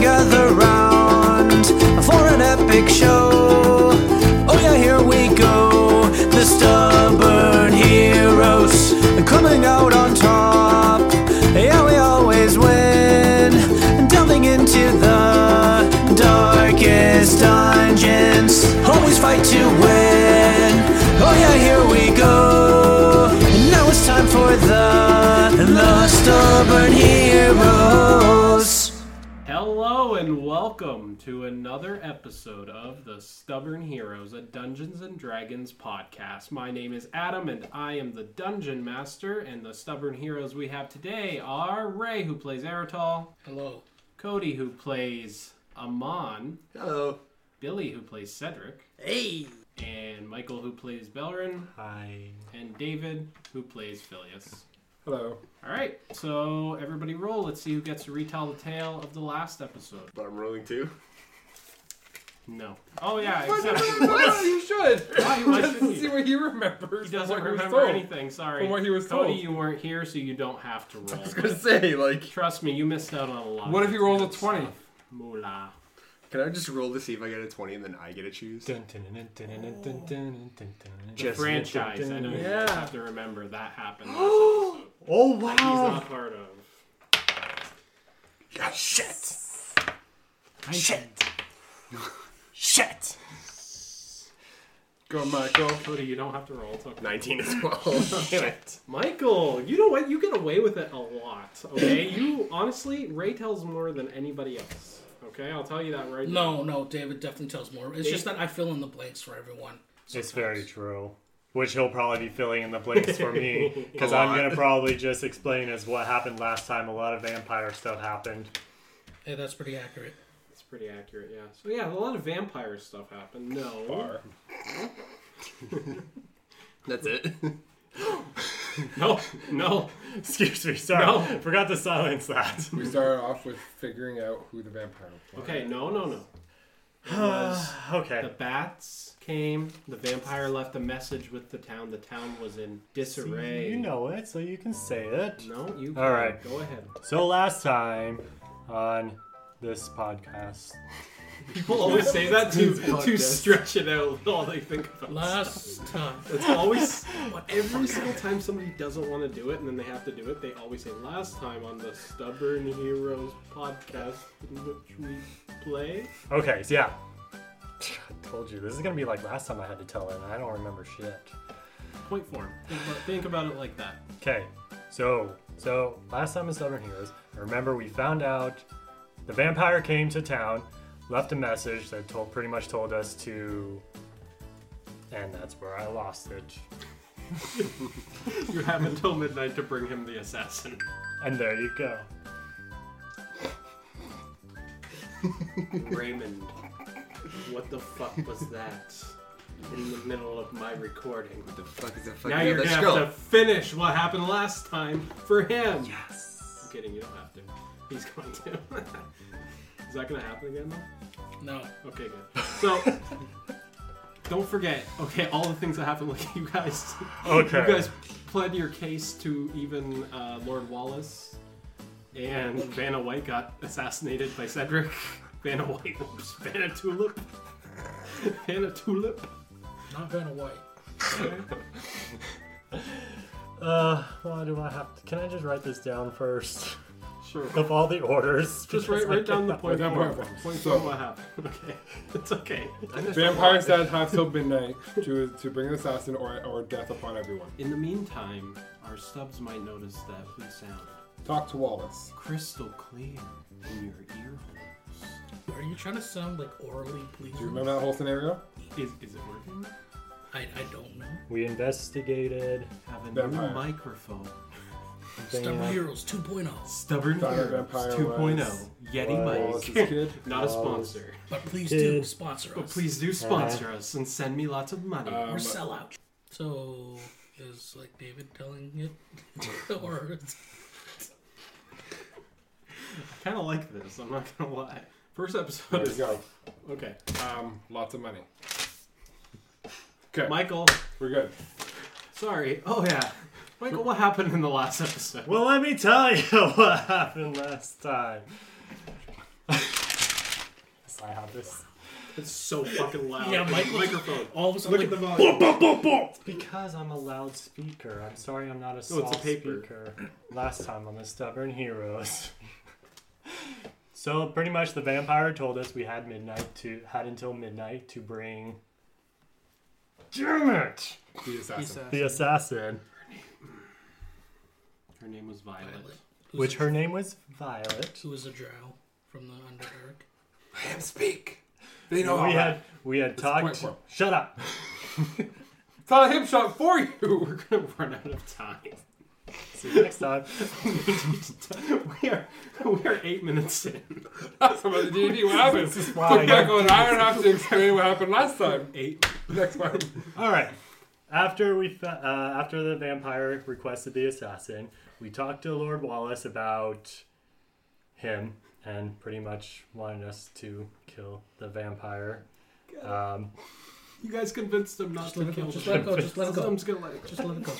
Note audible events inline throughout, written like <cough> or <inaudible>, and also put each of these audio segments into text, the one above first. gather round for an epic show. Oh yeah, here we go. The stubborn heroes coming out on top. Yeah, we always win. Delving into the darkest dungeons, always fight to win. Oh yeah, here we go. Now it's time for the the stubborn heroes. Hello and welcome to another episode of the Stubborn Heroes, a Dungeons and Dragons podcast. My name is Adam and I am the Dungeon Master, and the Stubborn Heroes we have today are Ray, who plays Eritol, Hello. Cody, who plays Amon, Hello. Billy, who plays Cedric, Hey. and Michael, who plays Belrin, Hi. and David, who plays Phileas. Hello. All right, so everybody roll. Let's see who gets to retell the tale of the last episode. But I'm rolling <laughs> too. No. Oh, yeah, except. you should. Why- why shouldn't you? See what he remembers. He from doesn't what he was remember told. anything. Sorry. From what he was Cody, told. you weren't here, so you don't have to roll. I was gonna say, like, Trust me, you missed out on a lot. What if he rolls a Good 20? stuff. Moolah. can I just roll to see if I get a 20 and then I get to choose? The Just- franchise. I know you guys Yeah. have to remember that happened. Last <gasps> episode. Oh, He's not part of. Ah, shit! Shit! shit! Go, Michael. Cody, you don't have to roll. It's okay. 19 as well. shit. Michael, you know what? You get away with it a lot. Okay, <laughs> you honestly, Ray tells more than anybody else. Okay, I'll tell you that right now. No, Oh, no, David definitely tells more. It's just that I fill in the blanks for everyone. It's very true. Which he'll probably be filling in the blanks for me because A I'm lot. going to probably just explain as what happened last time. A lot of vampire stuff happened. <laughs> Hey, that's pretty accurate. It's pretty accurate, yeah. So yeah, a lot of vampire stuff happened. No. That's it. No. No. Excuse me, sorry. No. Forgot to silence that. <laughs> We started off with figuring out who the vampire was. Okay, no, no, no. <sighs> It was the okay. bats came, the vampire left a message with the town. The town was in disarray. You know it, so you can say it. No, you All right. go ahead. So last time on this podcast, <laughs> People always say that to, to podcast. stretch it out with all they think about. Last time. It's always every single time somebody doesn't want to do it and then they have to do it, they always say last time on the Stubborn Heroes podcast in which we play. okay, so yeah. <sighs> I told you, this is going to be like last time I had to tell it, and I don't remember shit. Point form. Think about, think about it like that. Okay, so so last time in Southern Heroes, I remember we found out the vampire came to town, left a message that told pretty much told us to, and that's where I lost it. You have until midnight to bring him the assassin. And there you go. Raymond, what the fuck was that? In the middle of my recording. What the fuck is that fucking Now you're gonna have to finish what happened last time for him. Yes. I'm kidding, you don't have to. He's going to. <laughs> Is that gonna happen again though? No. Okay, good. So, <laughs> don't forget, okay, all the things that happened, like you guys, Okay. you guys pled your case to even uh, Lord Wallace, and Vanna White got assassinated by Cedric. <laughs> Vanna White, oops, Vanna Tulip. Vanna Tulip. Not Vanna White. Uh, why do I have? To, can I just write this down first? <laughs> Sure. Of all the orders, Just write, because I write down <laughs> the point. Write down form. point form. Point So- form what happened. Okay. It's okay. Vampires that hunt till midnight to, to bring an assassin or, or death upon everyone. In the meantime, our stubs might notice that we sound Talk to Wallace. crystal clear in your ear holes. Are you trying to sound like orally pleasing? Do you remember that whole scenario? Is, is it working? I, I don't know. We investigated. Have a Vampire. new microphone. Stubborn Damn. Heroes oh. 2.0. Stubborn Vampire Heroes was- 2.0 Wallace's oh. Yeti mic. kid. <laughs> Not a sponsor. But please do Kid. sponsor us. But please do sponsor us and send me lots of money. Uh, We're sellout. So, is like David telling it? <laughs> or it's- I kind of like this. I'm not gonna lie. First episode There is you go. okay. Um, lots of money. Okay, Michael, we're good. sorry. Oh yeah, Michael, what happened in the last episode? <laughs> Well, let me tell you what happened last time. <laughs> yes, I have this. It's so fucking loud. Yeah, Mike was- microphone. All of a sudden, Look at the like, volume. It's because I'm a loudspeaker. I'm sorry I'm not a No, soft it's a paper. speaker. Last time on the Stubborn Heroes. <laughs> so pretty much the vampire told us we had midnight to had until midnight to bring Dermot, The assassin. the assassin, Her name was Violet. <laughs> Violet, who's which a- her name was Violet. who was a drow from the Underdark. Let him speak. They know all we that. had we had talked. quite well. Shut up. It's not a hip shot for you. We're gonna run out of time. <laughs> See you next time. We are we are eight minutes in. <laughs> That's about the D&D. What happened? This is Look back why. on. I don't have to explain what happened last time. <laughs> Eight. Next one. All right. After we fa- uh, after the vampire requested the assassin, we talked to Lord Wallace about him and pretty much wanted us to kill the vampire. Um, You guys convinced him not Just to let it kill go. Just let it go. Just let it I'm go. just gonna let it go. Just let it go.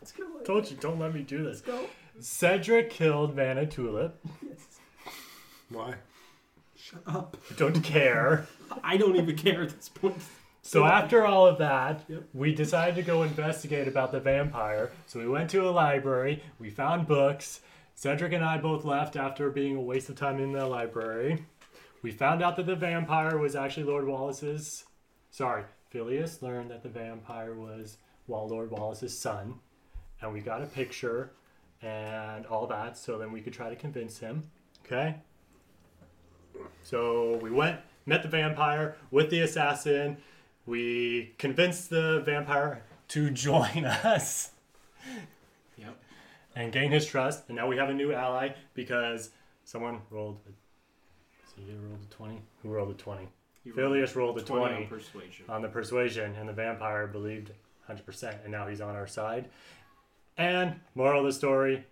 Just gonna let it told you, don't let me do this. go. Cedric killed Vanna Tulip. Why? Shut up. I Don't care. I don't even care at this point. So after all of that, Yep. we decided to go investigate about the vampire. So we went to a library. We found books. Cedric and I both left after being a waste of time in the library. We found out that the vampire was actually Lord Wallace's. Sorry, Phileas learned that the vampire was well, Lord Wallace's son, and we got a picture and all that. So then we could try to convince him. Okay. So we went, met the vampire with the assassin. We convinced the vampire to <laughs> join us Yep. and gain his trust. And now we have a new ally because someone rolled. A, so you rolled a twenty. Who rolled a twenty? You Phileas rolled a rolled 20 on twenty Uh, persuasion. on the persuasion, and the vampire believed 100%, and now he's on our side. And moral of the story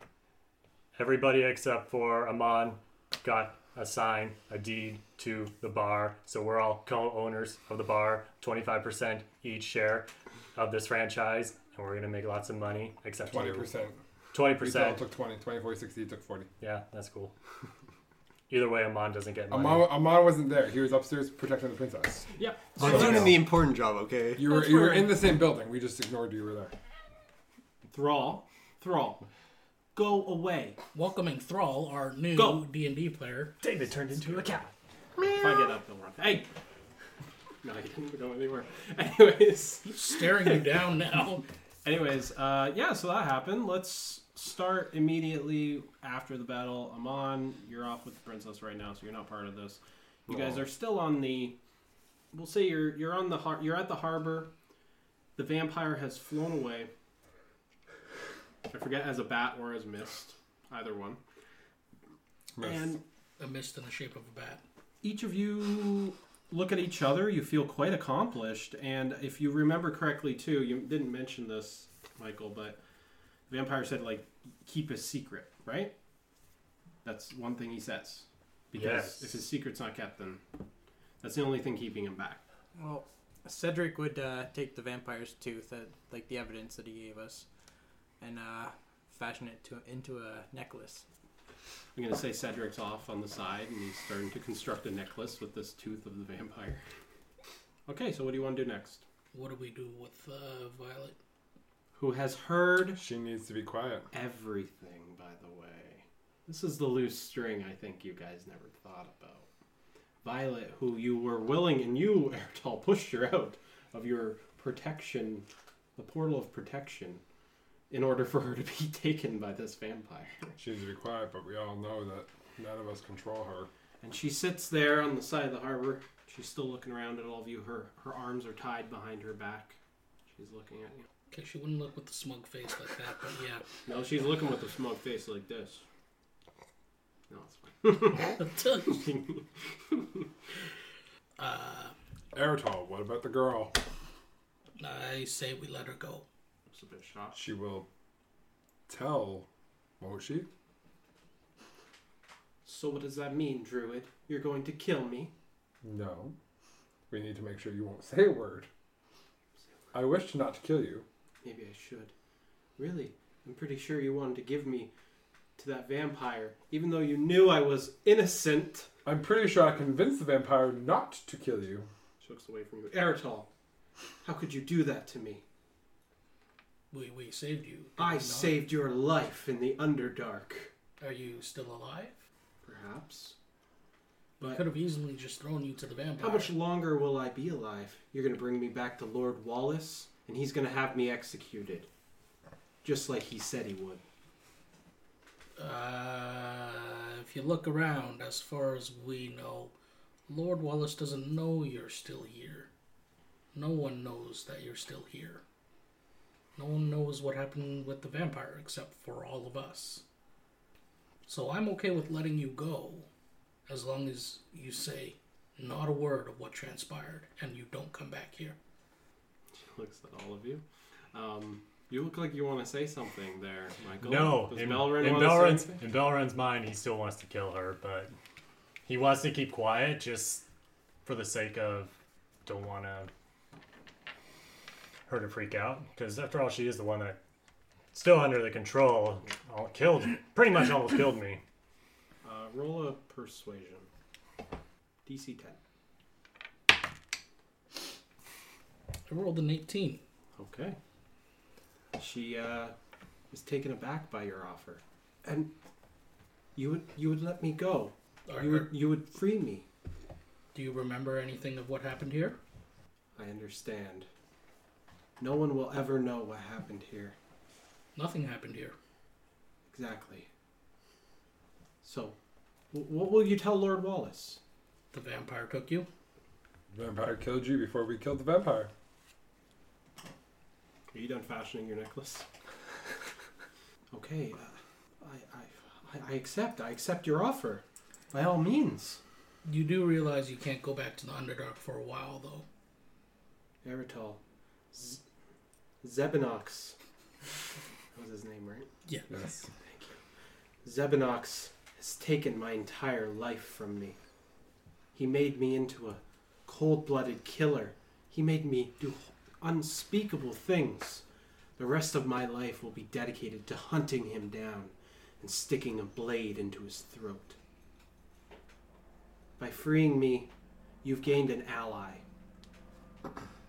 everybody except for Amon got a sign, a deed to the bar. So we're all co owners of the bar, 25% each share of this franchise, and we're going to make lots of money, except Twenty for percent. We all 20%. took twenty. Twenty-four, sixty. Took forty. Yeah, that's cool. Either way, Amon doesn't get money. Amon, Amon wasn't there. He was upstairs protecting the princess. Yep. You're doing the important job, okay? You were That's you were where- in the same building. We just ignored you were there. Thrall. Thrall. Go away. Welcoming Thrall, our new Go. D and D player. David turned into a cat. If I get up, he'll run. Hey! <laughs> No, I didn't go anywhere. Anyways. He's staring you down now. Anyways, uh, yeah, so that happened. Let's start immediately after the battle. Amon, you're off with the princess right now, so you're not part of this. You guys are still on the. We'll say you're you're on the har- you're at the harbor. The vampire has flown away. I forget as a bat or as mist, either one. Miss. And A mist in the shape of a bat. each of you look at each other you feel quite accomplished and if you remember correctly too you didn't mention this michael but vampire said like keep his secret right that's one thing he says because Yes. if his secret's not kept then that's the only thing keeping him back Well, Cedric would uh, take the vampire's tooth, that, like the evidence that he gave us, and uh, fashion it to into a necklace. i'm going to say cedric's off on the side and he's starting to construct a necklace with this tooth of the vampire okay so what do you want to do next What do we do with uh, Violet? who has heard she needs to be quiet. everything, by the way. This is the loose string I think you guys never thought about. Violet, who you were willing, and you, <laughs> Ertal, pushed her out of your protection, the portal of protection, in order for her to be <laughs> taken by this vampire. She needs to be quiet, but we all know that none of us control her. And she sits there on the side of the harbor. She's still looking around at all of you. Her, her arms are tied behind her back. She's looking at you. Okay, she wouldn't look with the smug face like that, but yeah. <laughs> No, she's looking with a smug face like this. No, it's fine. <laughs> <laughs> uh, Eritol, what about the girl? I say we let her go. It's a bit shocked. She will tell, won't she? So what does that mean, Druid? You're going to kill me? No. We need to make sure you won't say a word. I wish to not to kill you. Maybe I should. Really? I'm pretty sure you wanted to give me to that vampire, even though you knew I was innocent. I'm pretty sure I convinced the vampire not to kill you. She looks away from you. Eritol, how could you do that to me? We, we saved you. did we I not? saved your life in the Underdark. Are you still alive? Perhaps. We But- could have easily just thrown you to the vampire. How much longer will I be alive? You're going to bring me back to Lord Wallace, and he's going to have me executed. Just like he said he would. Uh, if you look around, as far as we know, Lord Wallace doesn't know you're still here. No one knows that you're still here. No one knows what happened with the vampire except for all of us. So I'm okay with letting you go as long as you say not a word of what transpired and you don't come back here. looks at all of you. Um, you look like you want to say something there, Michael. No, Does in, Belrin in want to say Belrin's anything? in Belrin's mind, he still wants to kill her, but he wants to keep quiet just for the sake of don't want to her to freak out because after all, she is the one that still under the control. All killed, pretty much almost killed me. Uh, roll a persuasion. DC 10. I rolled an 18. Okay. She uh, is taken aback by your offer, and you would you would let me go. Or- You would you would free me. do you remember anything of what happened here? I understand. No one will ever know what happened here Nothing happened here. exactly. So, w- what will you tell Lord Wallace? The vampire took you. Vampire killed you before we killed the vampire. Are you done fashioning your necklace? okay, uh, I, I, I, I accept. I accept your offer. By all means. You do realize you can't go back to the Underdark for a while, though. Eritol. Z- Zebinox. That was his name, right? Yeah. Yes. Zebinox has taken my entire life from me. He made me into a cold blooded killer. He made me do unspeakable things. The rest of my life will be dedicated to hunting him down and sticking a blade into his throat. By freeing me, you've gained an ally.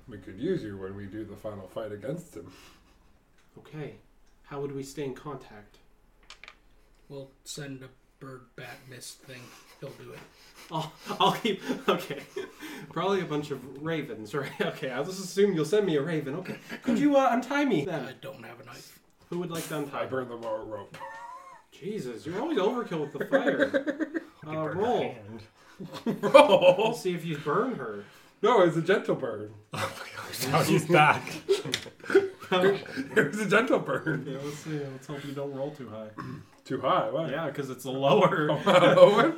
We could use you when we do the final fight against him. Okay, how would we stay in contact? We'll send a bird bat mist thing. He'll do it. I'll, I'll keep. Okay. Probably a bunch of ravens, right? Okay, I'll just assume you'll send me a raven. Okay. Could you uh, untie me I then? don't have a knife. Who would like to I untie? burned the wire rope. <laughs> Jesus, you're always overkill with the fire. <laughs> Uh, Burn her roll. hand. We'll Roll. see if you burn her. No, it's a gentle burn. <laughs> <laughs> Now she's back. It was a gentle burn. Yeah, let's see. Let's hope you don't roll too high. Too high. Wow. <laughs> Yeah, because it's a lower. <laughs> Over.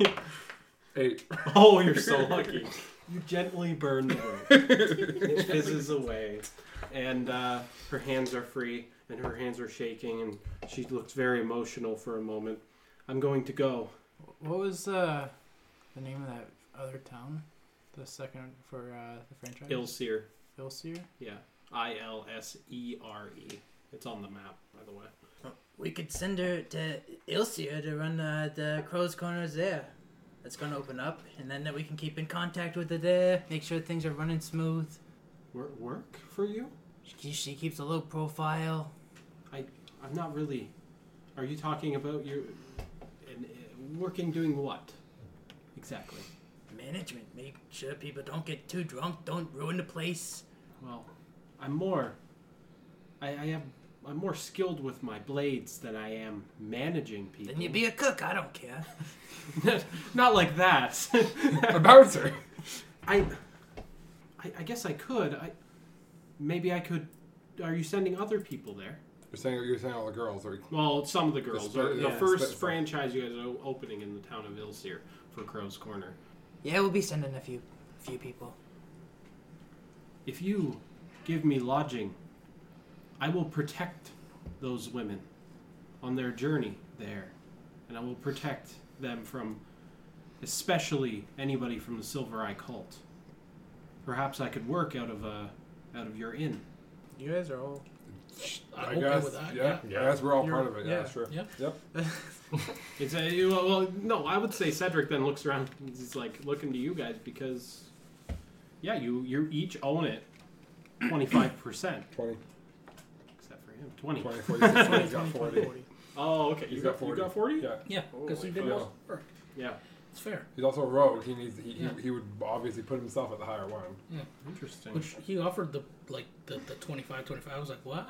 Eight. Oh, you're so lucky. You gently burn the <laughs> rope. It fizzes away. And uh, her hands are free, and her hands are shaking, and she looks very emotional for a moment. I'm going to go. What was uh, the name of that other town? The second for uh, the franchise? Ilseer. Ilseer? Yeah. I L S E R E. It's on the map, by the way. We could send her to Ilsea to run uh, the Crow's Corners there. That's gonna open up, and then we can keep in contact with her there. Make sure things are running smooth. Wor- work for you? She, she keeps a low profile. I'm not really. Are you talking about your. And, uh, working doing what? Exactly. Management, make sure people don't get too drunk, don't ruin the place. Well, I'm more. I, I am. I'm more skilled with my blades than I am managing people. Then you be a cook. I don't care. <laughs> not like that. <laughs> A bouncer. I, I. I guess I could. I. Maybe I could. Are you sending other people there? <laughs> You're saying you're saying all the girls are. Well, some of the girls. split- are the yeah, the first split- franchise you guys are opening in the town of Ilseer for Crow's Corner. Yeah, we'll be sending a few, few people. If you give me lodging, I will protect those women on their journey there, and I will protect them from especially anybody from the Silver Eye cult. Perhaps I could work out of a out of your inn. You guys are all. I'm I okay guess. with that. yeah. yeah. I guess we're all You're- part of it. Yeah. yeah. Sure. Yeah. Yep. It's a, well, well, no, I would say Cedric then looks around. and He's like looking to you guys because, yeah, you you each own it, twenty five percent 20, except for him, twenty. 20, 40, 60, he's got 40. 2040. Oh, okay. You, He's got, got you 40. got forty. Yeah. Yeah, because he Holy did fuck. most of the work. Yeah. It's fair. He's also a rogue. He needs. He, Yeah. he, he would obviously put himself at the higher one. Interesting. Which he offered the like the, the 25, 25. I was like, what?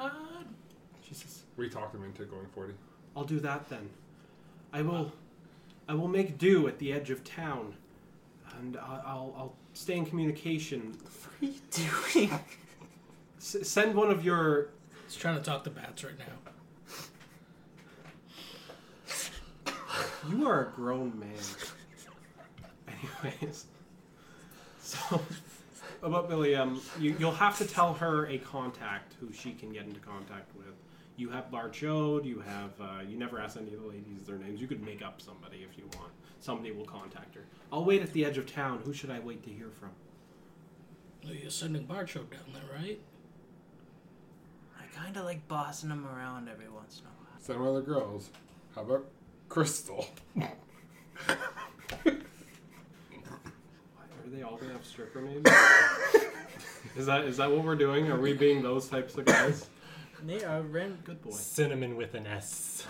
Jesus. We talked him into going 40. I'll do that then. I will, I will make do at the edge of town, and I- I'll I'll stay in communication. are you doing? S- send one of your. He's trying to talk to bats right now. You are a grown man. <laughs> Anyways, so about Billy, um, you, you'll have to tell her a contact who she can get into contact with. You have Barchode. You have. Uh, you never ask any of the ladies their names. You could make up somebody if you want. Somebody will contact her. I'll wait at the edge of town. Who should I wait to hear from? You're sending Barcho down there, right? I kind of like bossing them around every once in a while. Send one of the girls. How about Crystal? Are they all gonna have stripper names? is that is that what we're doing? Are we being those types of guys? They are ran. Good boy. Cinnamon with an S.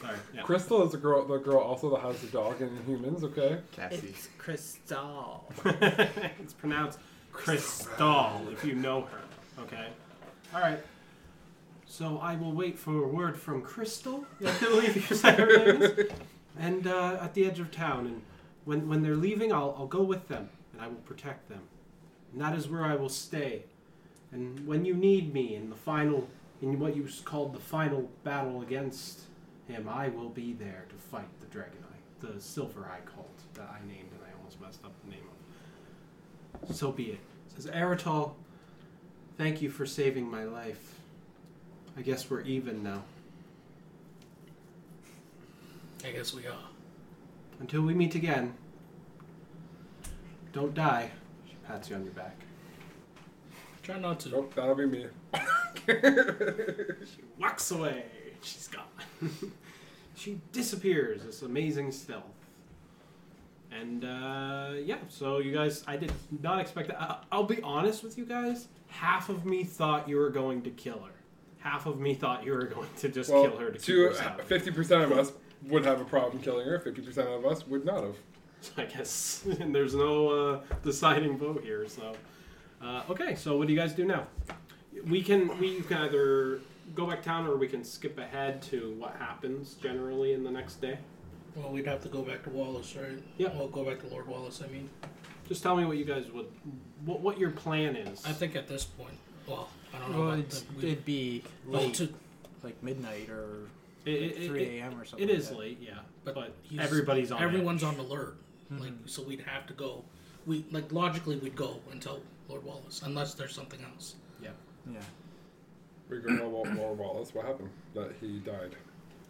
Sorry. Yeah. Crystal is the girl. The girl also that has the dog and humans. Okay. Cassie. It's Crystal. <laughs> it's pronounced Crystal if you know her. Okay. All right. So I will wait for a word from Crystal. <laughs> I believe you said her name is. And uh, at the edge of town, and when when they're leaving, I'll I'll go with them, and I will protect them. And that is where I will stay. And when you need me in the final, in what you s- called the final battle against him, I will be there to fight the dragon eye, the silver eye cult that I named, and I almost messed up the name of. So be it. Says Eritol, thank you for saving my life. I guess we're even now. I guess we are. Until we meet again, don't die. She pats you on your back. Try not to. Nope. That'll be me. She walks away. She's gone. <laughs> she disappears. This amazing stealth. And uh, yeah, so you guys, I did not expect that. I- I'll be honest with you guys. Half of me thought you were going to kill her. Half of me thought you were going to just kill her to keep her silent. fifty percent of us would have a problem killing her. Fifty percent of us would not have. <laughs> I guess and there's no uh, deciding vote here. So, uh, okay. So what do you guys do now? We can we can either go back town or we can skip ahead to what happens generally in the next day. Well, we'd have to go back to Wallace, right? Yeah. Well, go back to Lord Wallace, I mean. Just tell me what you guys would what what your plan is. I think at this point, well, I don't know Well, about it's, the, we, it'd be well, late, to, like midnight or it, it, it- three a.m. or something. it is like late, yeah, But but, he's- everybody's on everyone's edge. Mm-hmm. on alert. Like, so we'd have to go. We like logically we'd go until Lord Wallace, unless there's something else. that. Yeah. We go well, well, well, Wallace. What happened? That he died,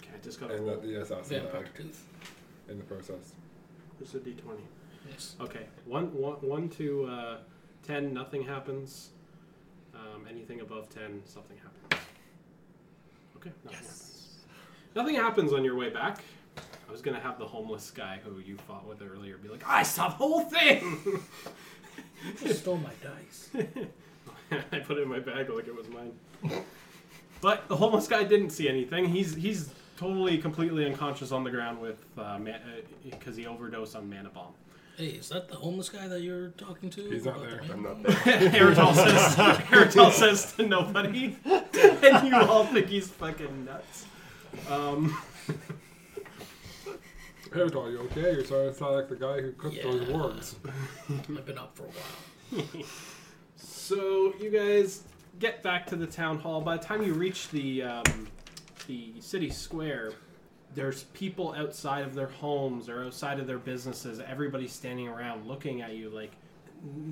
Okay, I just got and uh, that a the assassin Vampire died tooth. in the process. There's a D twenty. Yes. Okay, one one one to uh, ten, nothing happens. Um, anything above ten, something happens. Okay, nothing happens. Nothing happens on your way back. I was gonna have the homeless guy who you fought with earlier be like, I saw the whole thing. <laughs> You just stole my dice. I put it in my bag like it was mine. but the homeless guy didn't see anything. He's he's totally completely unconscious on the ground with because uh, man- uh 'cause he overdosed on mana bomb. Hey, is that the homeless guy that you're talking to? He's not about the there. man- I'm not there. Airtel says, <laughs> Airtel says to nobody, <laughs> and you all think he's fucking nuts. Um, Hey, doll, you okay? You're starting to sound like the guy who cooked those Yeah. worms. I've been up for a while. so you guys get back to the town hall. By the time you reach the um, the city square, there's people outside of their homes or outside of their businesses. Everybody's standing around looking at you like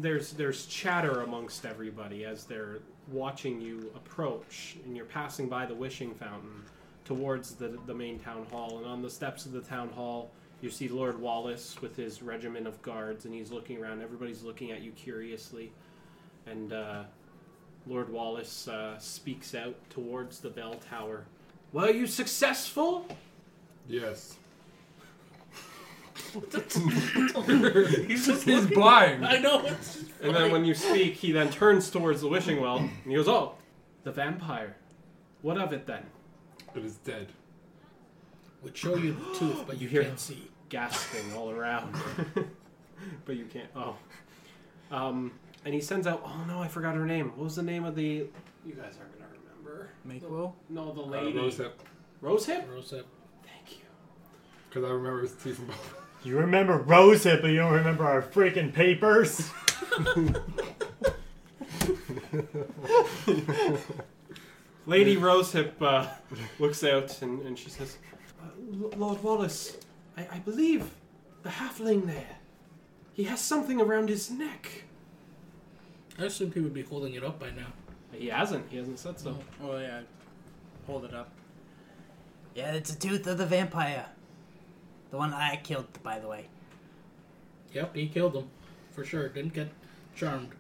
there's there's chatter amongst everybody as they're watching you approach and you're passing by the wishing fountain towards the the main town hall and on the steps of the town hall you see Lord Wallace with his regiment of guards and he's looking around everybody's looking at you curiously and uh, Lord Wallace uh, speaks out towards the bell tower were you successful <laughs> Yes. He's just <laughs> He's looking- blind. I know. <laughs> It's just And then when you speak, he then turns towards the wishing well and he goes, "Oh, the vampire. What of it then?" It is dead. would show you the tooth, but you, You hear can't him. see. gasping all around. <laughs> but you can't. Oh. Um, and he sends out. Oh no, I forgot her name. What was the name of the? You guys aren't gonna remember. Make will. No, the Uh, lady. Rose hip. Rosehip. Rosehip. Thank you. Because I remember his teeth and both. You remember Rosehip, but you don't remember our freaking papers. Lady Rosehip uh, <laughs> looks out and, and she says, uh, L- "Lord Wallace, I, I believe the halfling there. He has something around his neck. I assumed he would be holding it up by now. He hasn't. He hasn't said so. Oh yeah. Hold it up. Yeah, it's a tooth of the vampire. The one I killed, by the way. Yep, he killed him. For sure. Didn't get charmed.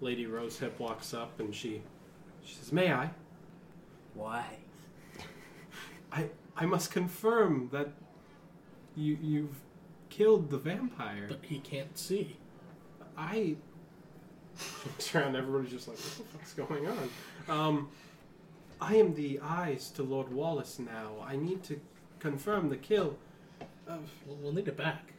Lady Rosehip walks up and she, she says, "May I?" Why? I I must confirm that you you've killed the vampire. But he can't see. I <laughs> looks around, everybody's just like, what the fuck's going on? Um, I am the eyes to Lord Wallace now. I need to confirm the kill. Of We'll, we'll need it back.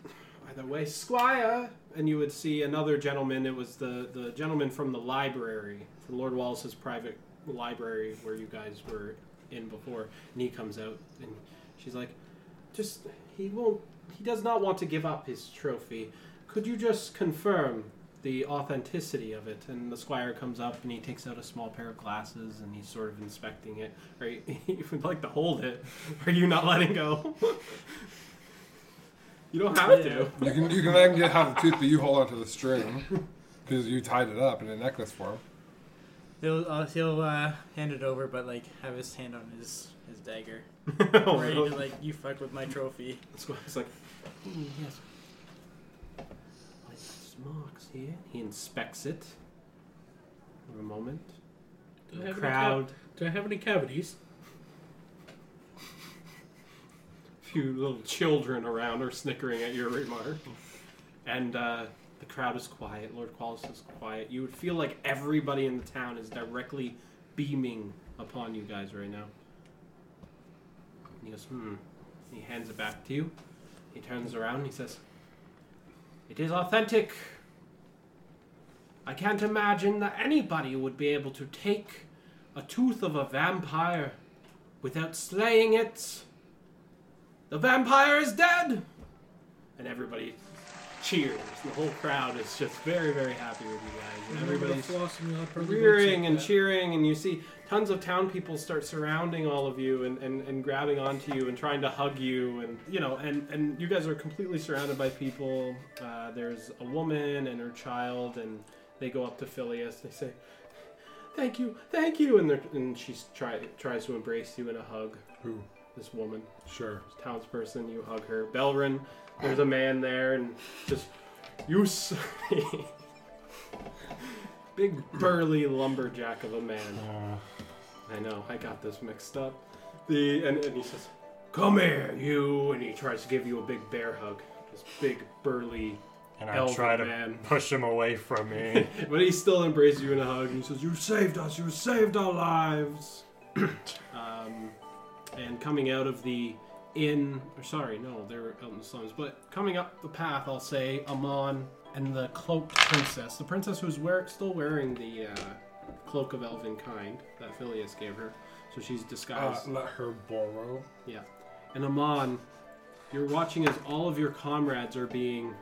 either way, Squire, and you would see another gentleman. It was the the gentleman from the library, from Lord Wallace's private library where you guys were in before. And he comes out, and she's like, "Just he won't. He does not want to give up his trophy. Could you just confirm the authenticity of it?" And the squire comes up, and he takes out a small pair of glasses, and he's sort of inspecting it. Or <laughs> he, he would like to hold it. Are you not letting go? <laughs> you don't have to. You can you can let him get half the tooth, but you hold onto the string because you tied it up in a necklace form. He'll uh, he'll uh, hand it over, but like have his hand on his his dagger, <laughs> Oh, ready really? to like you fuck with my trophy. So I was like, "Hmm, yes. Like these marks here. He inspects it for a moment. Do I have, Any, Crowd, cav- do I have any cavities? a few little children around are snickering at your remark, and uh, the crowd is quiet. Lord Qualis is quiet. You would feel like everybody in the town is directly beaming upon you guys right now. And he goes, hmm. He hands it back to you. He turns around. He says, "It is authentic." I can't imagine that anybody would be able to take a tooth of a vampire without slaying it. The vampire is dead! And everybody cheers. The whole crowd is just very, very happy with you guys. Mm-hmm. And everybody's rearing and cheering, and you see tons of town people start surrounding all of you and, and, and grabbing onto you and trying to hug you, and you know, and, and you guys are completely surrounded by people. Uh, there's a woman and her child, and they go up to Phileas. They say, "Thank you, thank you," and they're, and she try, tries to embrace you in a hug. Who? This woman, Sure. townsperson, you hug her. Belrin, there's a man there, and just you. s- <laughs> Big burly lumberjack of a man. I know, I got this mixed up. The and, and he says, "Come here, you," and he tries to give you a big bear hug. This big burly And I elven try to man, push him away from me. <laughs> but he still embraces you in a hug and he says, "You saved us. You saved our <clears throat> lives." um, and coming out of the inn, or sorry, no, they were out in the slums. But coming up the path, I'll say Amon and the cloaked princess, the princess who's wear, still wearing the uh, cloak of elven kind that Phileas gave her. So she's Uh, disguised. let her borrow. Yeah. And Amon, you're watching as all of your comrades are being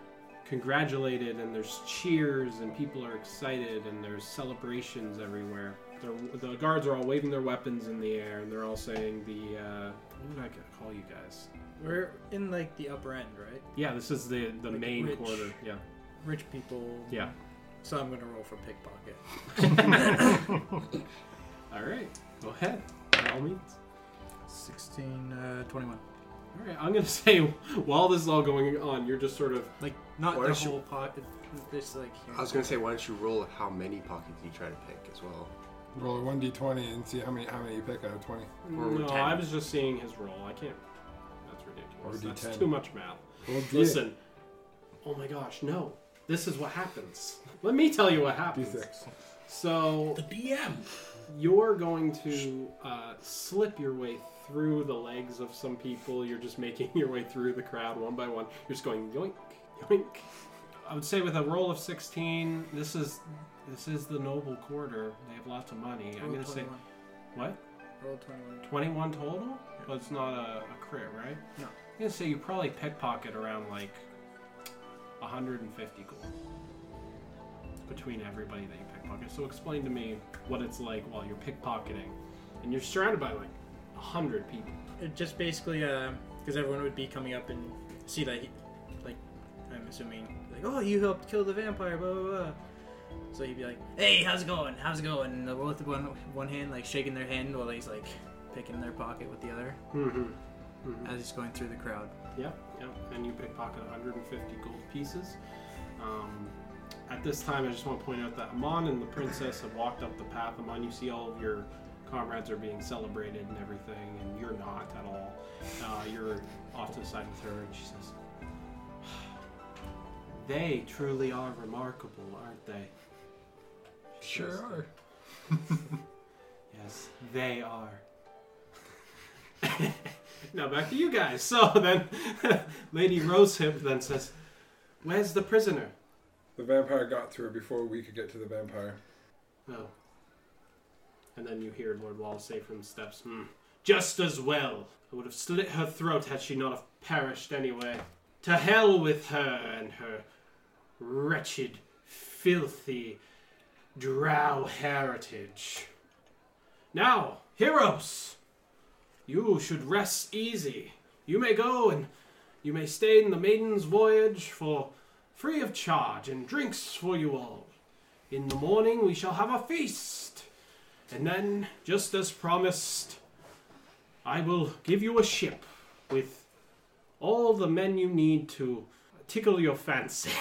congratulated, and there's cheers, and people are excited, and there's celebrations everywhere. They're, the guards are all waving their weapons in the air, and they're all saying the. Uh, what did I call you guys? We're in like the upper end, right? Yeah, this is the the Like main rich. quarter. Yeah, Rich people. yeah. So I'm gonna roll for pickpocket. All right, go ahead. By all means. 16, uh, 21. All right, I'm gonna <laughs> say while this is all going on, you're just sort of Like not Why the is she- whole pocket. Just like here. I was gonna say, why don't you roll how many pockets you try to pick as well? Roll a one d twenty and see how many how many you pick out of twenty. Or no, ten. I was just seeing his roll. I can't. That's ridiculous. ridiculous. Or That's D10. too much math. Roll D8. Listen. Oh my gosh, no. This is what happens. Let me tell you what happens. D6. So The DM. you're going to uh, slip your way through the legs of some people. You're just making <laughs> your way through the crowd one by one. You're just going yoink, yoink. I would say with a roll of 16, this is this is the noble quarter. They have lots of money. I'm Roll going to say 21. what? Roll 21. 21 total? But it's not a, a crit, right? No. I'm going to say you probably pickpocket around like 150 gold between everybody that you pickpocket. So explain to me what it's like while you're pickpocketing and you're surrounded by like 100 people. It just basically, because everyone would be coming up and see that, he, like, I'm assuming, like, oh, you helped kill the vampire, blah, blah, blah. So he'd be like, hey, how's it going? How's it going? And they're both one, one hand, like, shaking their hand while he's, like, picking their pocket with the other Mm-hmm. as he's going through the crowd. Yeah, yeah. And you pickpocket 150 gold pieces. Um, at this time, I just want to point out that Amon and the princess have walked up the path. Amon, you see all of your comrades are being celebrated and everything, and you're not at all. Uh, you're off to the side with her, and she says, <sighs> They truly are remarkable, aren't they? Sure are. <laughs> Yes, they are. now back to you guys. So then, <laughs> Lady Rosehip then says, Where's the prisoner? The vampire got through before we could get to the vampire. Oh. And then you hear Lord Wallace say from the steps, hmm, Just as well. I would have slit her throat had she not have perished anyway. To hell with her and her wretched, filthy, drow heritage. Now, heroes, you should rest easy. You may go and you may stay in the maiden's voyage for free of charge and drinks for you all. In the morning we shall have a feast. And then, just as promised, I will give you a ship with all the men you need to tickle your fancy.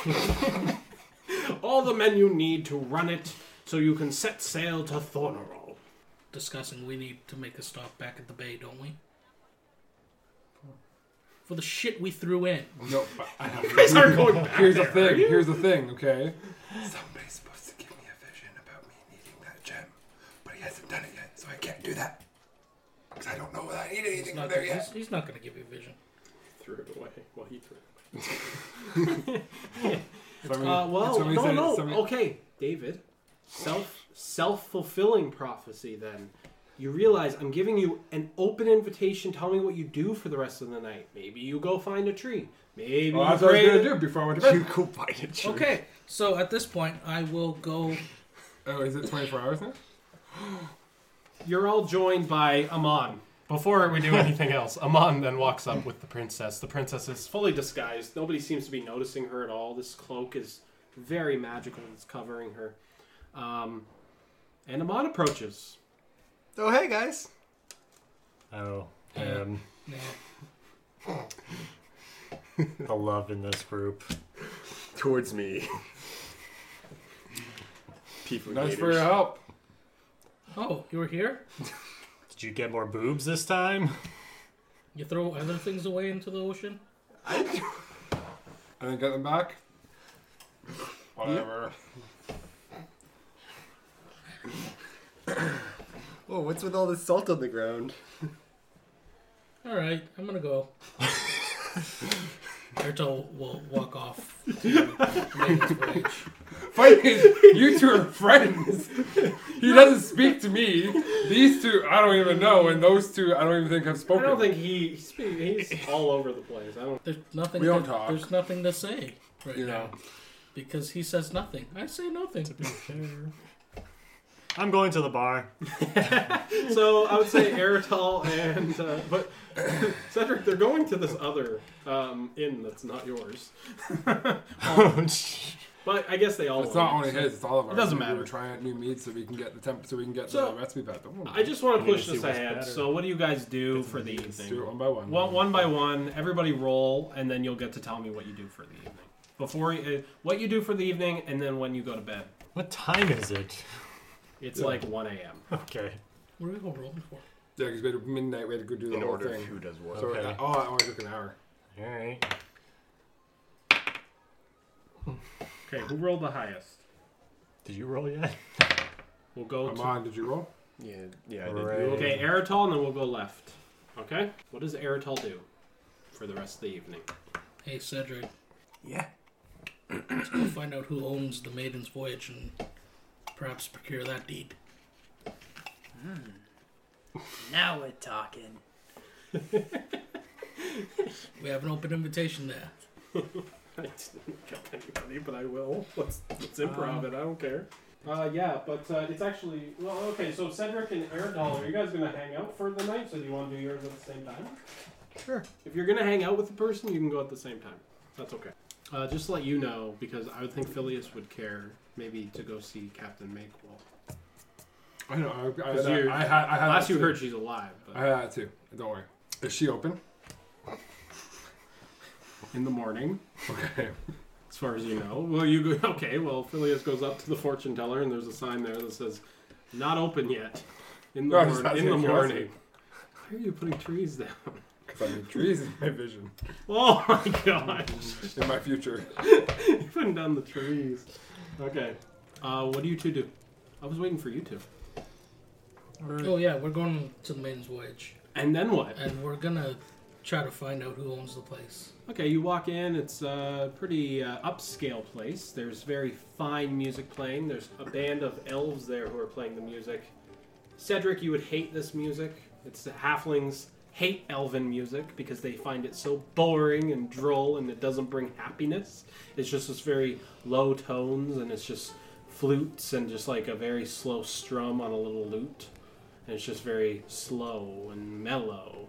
<laughs> all the men you need to run it so you can set sail to Thornoroll. Discussing we need to make a stop back at the bay, don't we? For the shit we threw in. No, but <laughs> I have You guys aren't going back Here's the there, are thing. you? Here's the thing. Okay. Somebody's supposed to give me a vision about me needing that gem, but he hasn't done it yet, so I can't do that. Because I don't know that I need He's anything not, from there yet. he's, he's not gonna give you vision. Threw it away. Well, he threw it Somebody- away. Uh, well, somebody no, said- no. somebody- Okay, David. Self self fulfilling prophecy. Then you realize I'm giving you an open invitation. Tell me what you do for the rest of the night. Maybe you go find a tree. Maybe Well, you Oh, that's what I pray. was gonna do before I went <laughs> to bed. go buy a tree. Okay, so at this point, I will go. Oh, is it 24 hours now? You're all joined by Amon. Before we do anything else, Amon then walks up with the princess. The princess is fully disguised. Nobody seems to be noticing her at all. This cloak is very magical. It's covering her. Um, and Amon approaches. Oh, hey, guys. Oh, uh, um, Yeah, the love in this group. Towards me. People Nice haters. for uh, your help. Oh, you were here? Did you get more boobs this time? You throw other things away into the ocean? And then get them back. Whatever. Whoa, what's with all this salt on the ground? All right, I'm <laughs> gonna go. Erto will walk off. to Megan's Voyage. <laughs> Funny is, you two are friends. He doesn't speak to me. These two, I don't even know, and those two, I don't even think have I spoken. don't think he he's, he's all over the place. I don't. There's nothing. We don't to, talk. There's nothing to say right You now know. because he says nothing. I say nothing. I'm going to the bar. So I would say Eritol and uh, but <coughs> Cedric, they're going to this other um, inn that's not yours. <laughs> <laughs> But I guess they all. It's want not it, only so- his; it's all of ours. doesn't We matter. We're trying out new meats so we can get the temp, so we can get So, the recipe back. But we'll I just want to I need push to see this what's ahead. better. So, what do you guys do for the just do it evening? one by one. One, one by one, everybody roll, and then you'll get to tell me what you do for the evening. Before uh, what you do for the evening, and then when you go to bed. What time is it? It's like 1 a.m. Okay. What are we gonna roll for? Yeah, because we had midnight. We had to go do the in whole order of thing. who does what. So Okay. uh, oh, I always took an hour. All right. Okay, who rolled the highest? Did you roll yet? We'll go Come to on, did you roll? Yeah, yeah. I did. Hooray. Okay, Eritol, and then we'll go left. Okay? What does Eritol do for the rest of the evening? Hey, Cedric, Yeah. let's go find out who owns the Maiden's Voyage and perhaps procure that deed. Now we're talking. We have an open invitation there. I didn't kill anybody, but I will. Let's, let's improv it. I don't care. Uh, yeah, but uh, it's actually well. Okay, so Cedric and Eridol, are you guys gonna hang out for the night? So do you want to do yours at the same time? Sure. If you're gonna hang out with the person, you can go at the same time. That's okay. Uh, just to let you know, because I would think Phileas would care maybe to go see Captain Makewell. I know. I, I, had, 'Cause that, you- I, had, I had Last that you too. heard, she's alive. I But had that too. Don't worry. Is she open? <laughs> in the morning, Okay. as far as you know. Well, you go, <laughs> okay? Well, Phileas goes up to the fortune teller, and there's a sign there that says, "Not open yet." In the, No, I was mor- in the asking morning. Why are you putting trees down? <laughs> Because I need trees in my vision, Oh my gosh! in my <laughs> future. You're putting down the trees. Okay. Uh, what do you two do? I was waiting for you two. Oh yeah, we're going to the Maiden's Voyage, And then what? and we're gonna try to find out who owns the place. Okay, you walk in. It's a pretty uh, upscale place. There's very fine music playing. There's a band of elves there who are playing the music. Cedric, you would hate this music. It's the halflings hate elven music because they find it so boring and droll and it doesn't bring happiness. It's just this very low tones and it's just flutes and just like a very slow strum on a little lute. And it's just very slow and mellow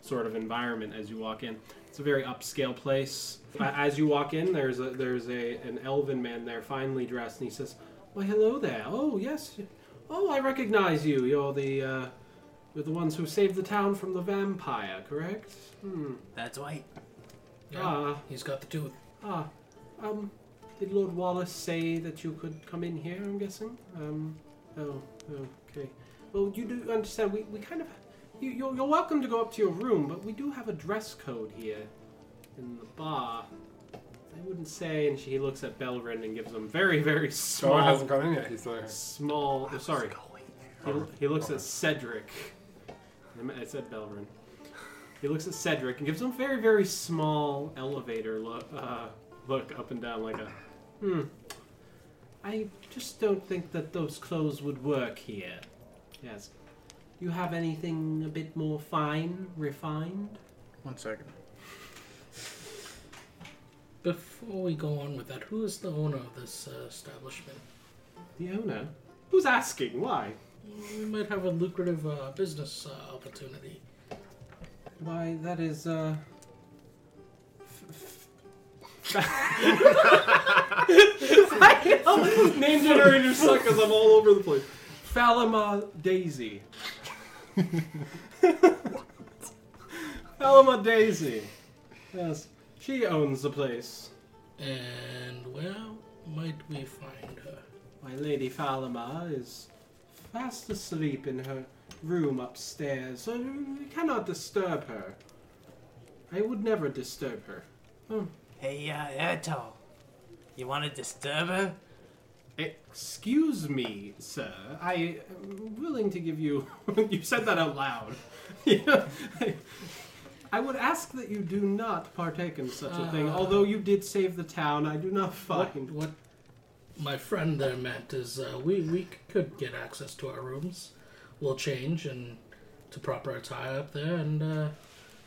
sort of environment as you walk in. It's a very upscale place. A- As you walk in, there's a there's a an elven man there, finely dressed, and he says, "Why, hello there. Oh yes, oh I recognize you. You're the uh, you're the ones who saved the town from the vampire, correct? Hmm. That's white. Yeah. Ah, He's got the tooth. ah. Um, did Lord Wallace say that you could come in here? I'm guessing. Um, oh, okay. Well, you do understand. We we kind of you, you're you're welcome to go up to your room, but we do have a dress code here in the bar. I wouldn't say. And she looks at Belrin and gives him very very So small I hasn't gone in yet. He's still here. small. oh, sorry. He, he looks at Cedric. I meant- I said Belrin. He looks at Cedric and gives him a very, very small elevator look, uh, look up and down, like a, hmm. I just don't think that those clothes would work here. Yes. You have anything a bit more fine, refined? One second. Before we go on with that, who is the owner of this uh, establishment? The owner? Who's asking? Why? We might have a lucrative uh, business uh, opportunity. Why, that is, uh. I know! <laughs> Name generator suck because I'm all over the place. Falama Daisy. <laughs> Falama Daisy. Yes. She owns the place. And where might we find her? My Lady Falama is fast asleep in her room upstairs, so you cannot disturb her. I would never disturb her. Hey, uh, Ertol. You want to disturb her? Excuse me, sir. I am willing to give you. <laughs> you said that out loud. <laughs> Yeah. I would ask that you do not partake in such a thing. Uh. Although you did save the town, I do not What, find. what my friend there meant is uh, we, we could get access to our rooms. We'll change and to prop our tie up there and uh,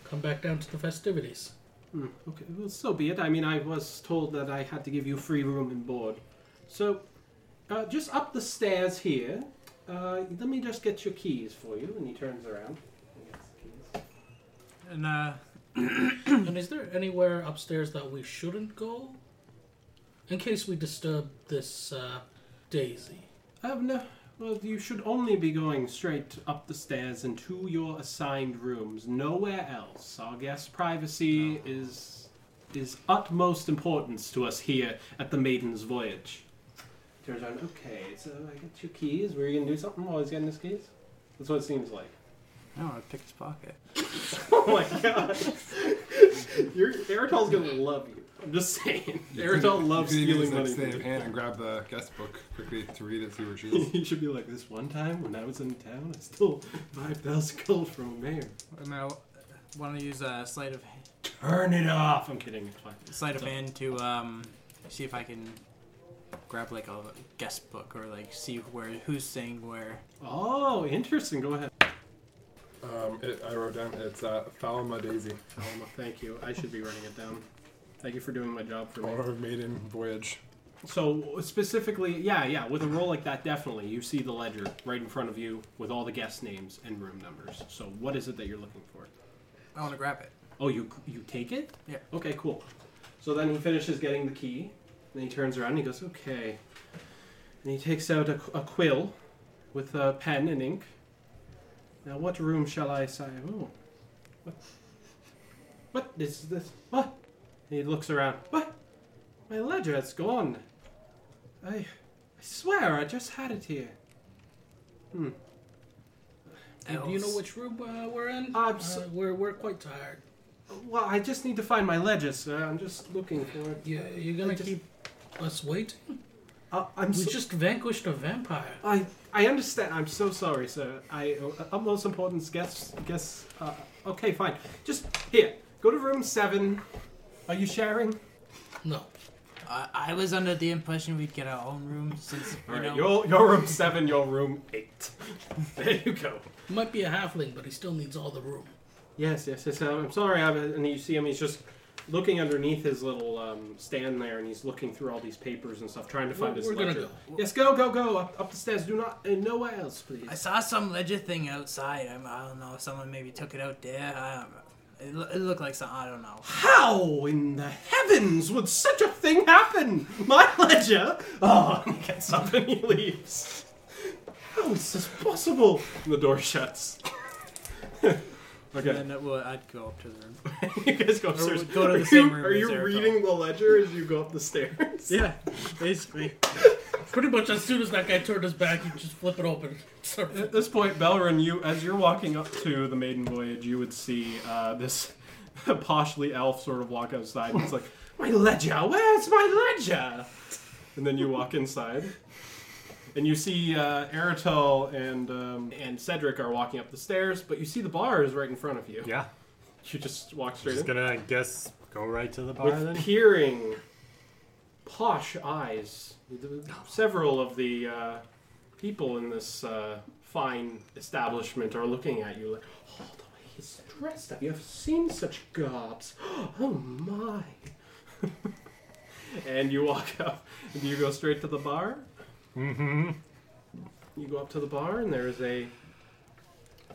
come back down to the festivities. Hmm, okay, well, so be it. I mean, I was told that I had to give you free room and board. So, uh, just up the stairs here. Uh, let me just get your keys for you. And he turns around. and gets the keys. And uh, Hmm. And is there anywhere upstairs that we shouldn't go? In case we disturb this uh, Daisy. Um, no. Well, you should only be going straight up the stairs and to your assigned rooms, nowhere else. Our guest privacy is is utmost importance to us here at the Maiden's Voyage. Turns out, okay, so I got two keys. Were you gonna do something while he's getting his keys? That's what it seems like. <laughs> No, I picked his pocket. Oh my god. <laughs> Your Eritol's gonna love you. I'm just saying. Eritol loves you can use stealing that money. from sleight of people. hand and grab the guest book quickly to read it, see where she is. <laughs> You should be like this one time when I was in town, I stole five thousand gold from a mayor. Now, want to use a sleight of Turn it off. I'm kidding. It's fine. sleight of So- hand to um, see if I can grab like a guest book or like see where who's staying where. Oh, interesting. Go ahead. Um, it, I wrote down it's uh, Falma Daisy, Alma, Oh, thank you. I should be writing it down. Thank you for doing my job for me. or Maiden Voyage. So specifically, yeah, yeah, with a roll like that, definitely you see the ledger right in front of you with all the guest names and room numbers. So what is it that you're looking for? I want to grab it. Oh, you you take it? Yeah. Okay, cool. So then he finishes getting the key. Then he turns around and he goes, okay. And he takes out a, a quill with a pen and ink. Now, what room shall I say? Oh. What? What is this? What? And he looks around. What? My ledger, it's gone. I, I swear, I just had it here. And do you know which room uh, we're in? I'm so- uh, we're, we're quite tired. Well, I just need to find my ledger, sir. I'm just looking for it. You, you're gonna Uh, I just- keep us waiting? Uh, I'm We so- just vanquished a vampire. I I understand. I'm so sorry, sir. I uh, utmost importance. Guess guess. Uh, okay, fine. Just here. Go to room seven. Are you sharing? No. I, I was under the impression we'd get our own room since you know, your your room seven. Your room eight. there you go. Might be a halfling, but he still needs all the room. Yes, yes, yes. uh, I'm sorry. I, and you see him. He's just looking underneath his little um, stand there, and he's looking through all these papers and stuff, trying to find We're- his we're gonna ledger. Yes, go, go, go. Up, up the stairs. Do not and nowhere else, please. I saw some ledger thing outside. I'm, I don't know. Someone maybe took it out there. I don't know. It, lo- it looked like some. I don't know. How in the heavens would such a thing happen? My <laughs> ledger! Oh, <laughs> and he gets up and he leaves. How is this possible? And the door shuts. <laughs> okay. Then it will, I'd go up to the room. you guys go upstairs. go to are the same you, room Are as you Erica. reading the ledger as you go up the stairs? Yeah, <laughs> basically. Pretty much as soon as that guy turned his back, you just flip it open. <laughs> Start- At this point, Belrin, you as you're walking up to the maiden voyage, you would see uh, this <laughs> poshly elf sort of walk outside, and it's like, "My ledger, where's my ledger?" And then you walk inside, and you see uh, Aratel and um, and Cedric are walking up the stairs, but you see the bar is right in front of you. Yeah. You just walk straight Just in gonna I guess go right to the bar with then. peering, posh eyes. Several of the uh, people in this uh, fine establishment are looking at you like, oh, the way he's dressed up. You have seen such gobs. <gasps> Oh my. <laughs> and you walk up. and Do you go straight to the bar? Mm-hmm. You go up to the bar, and there is a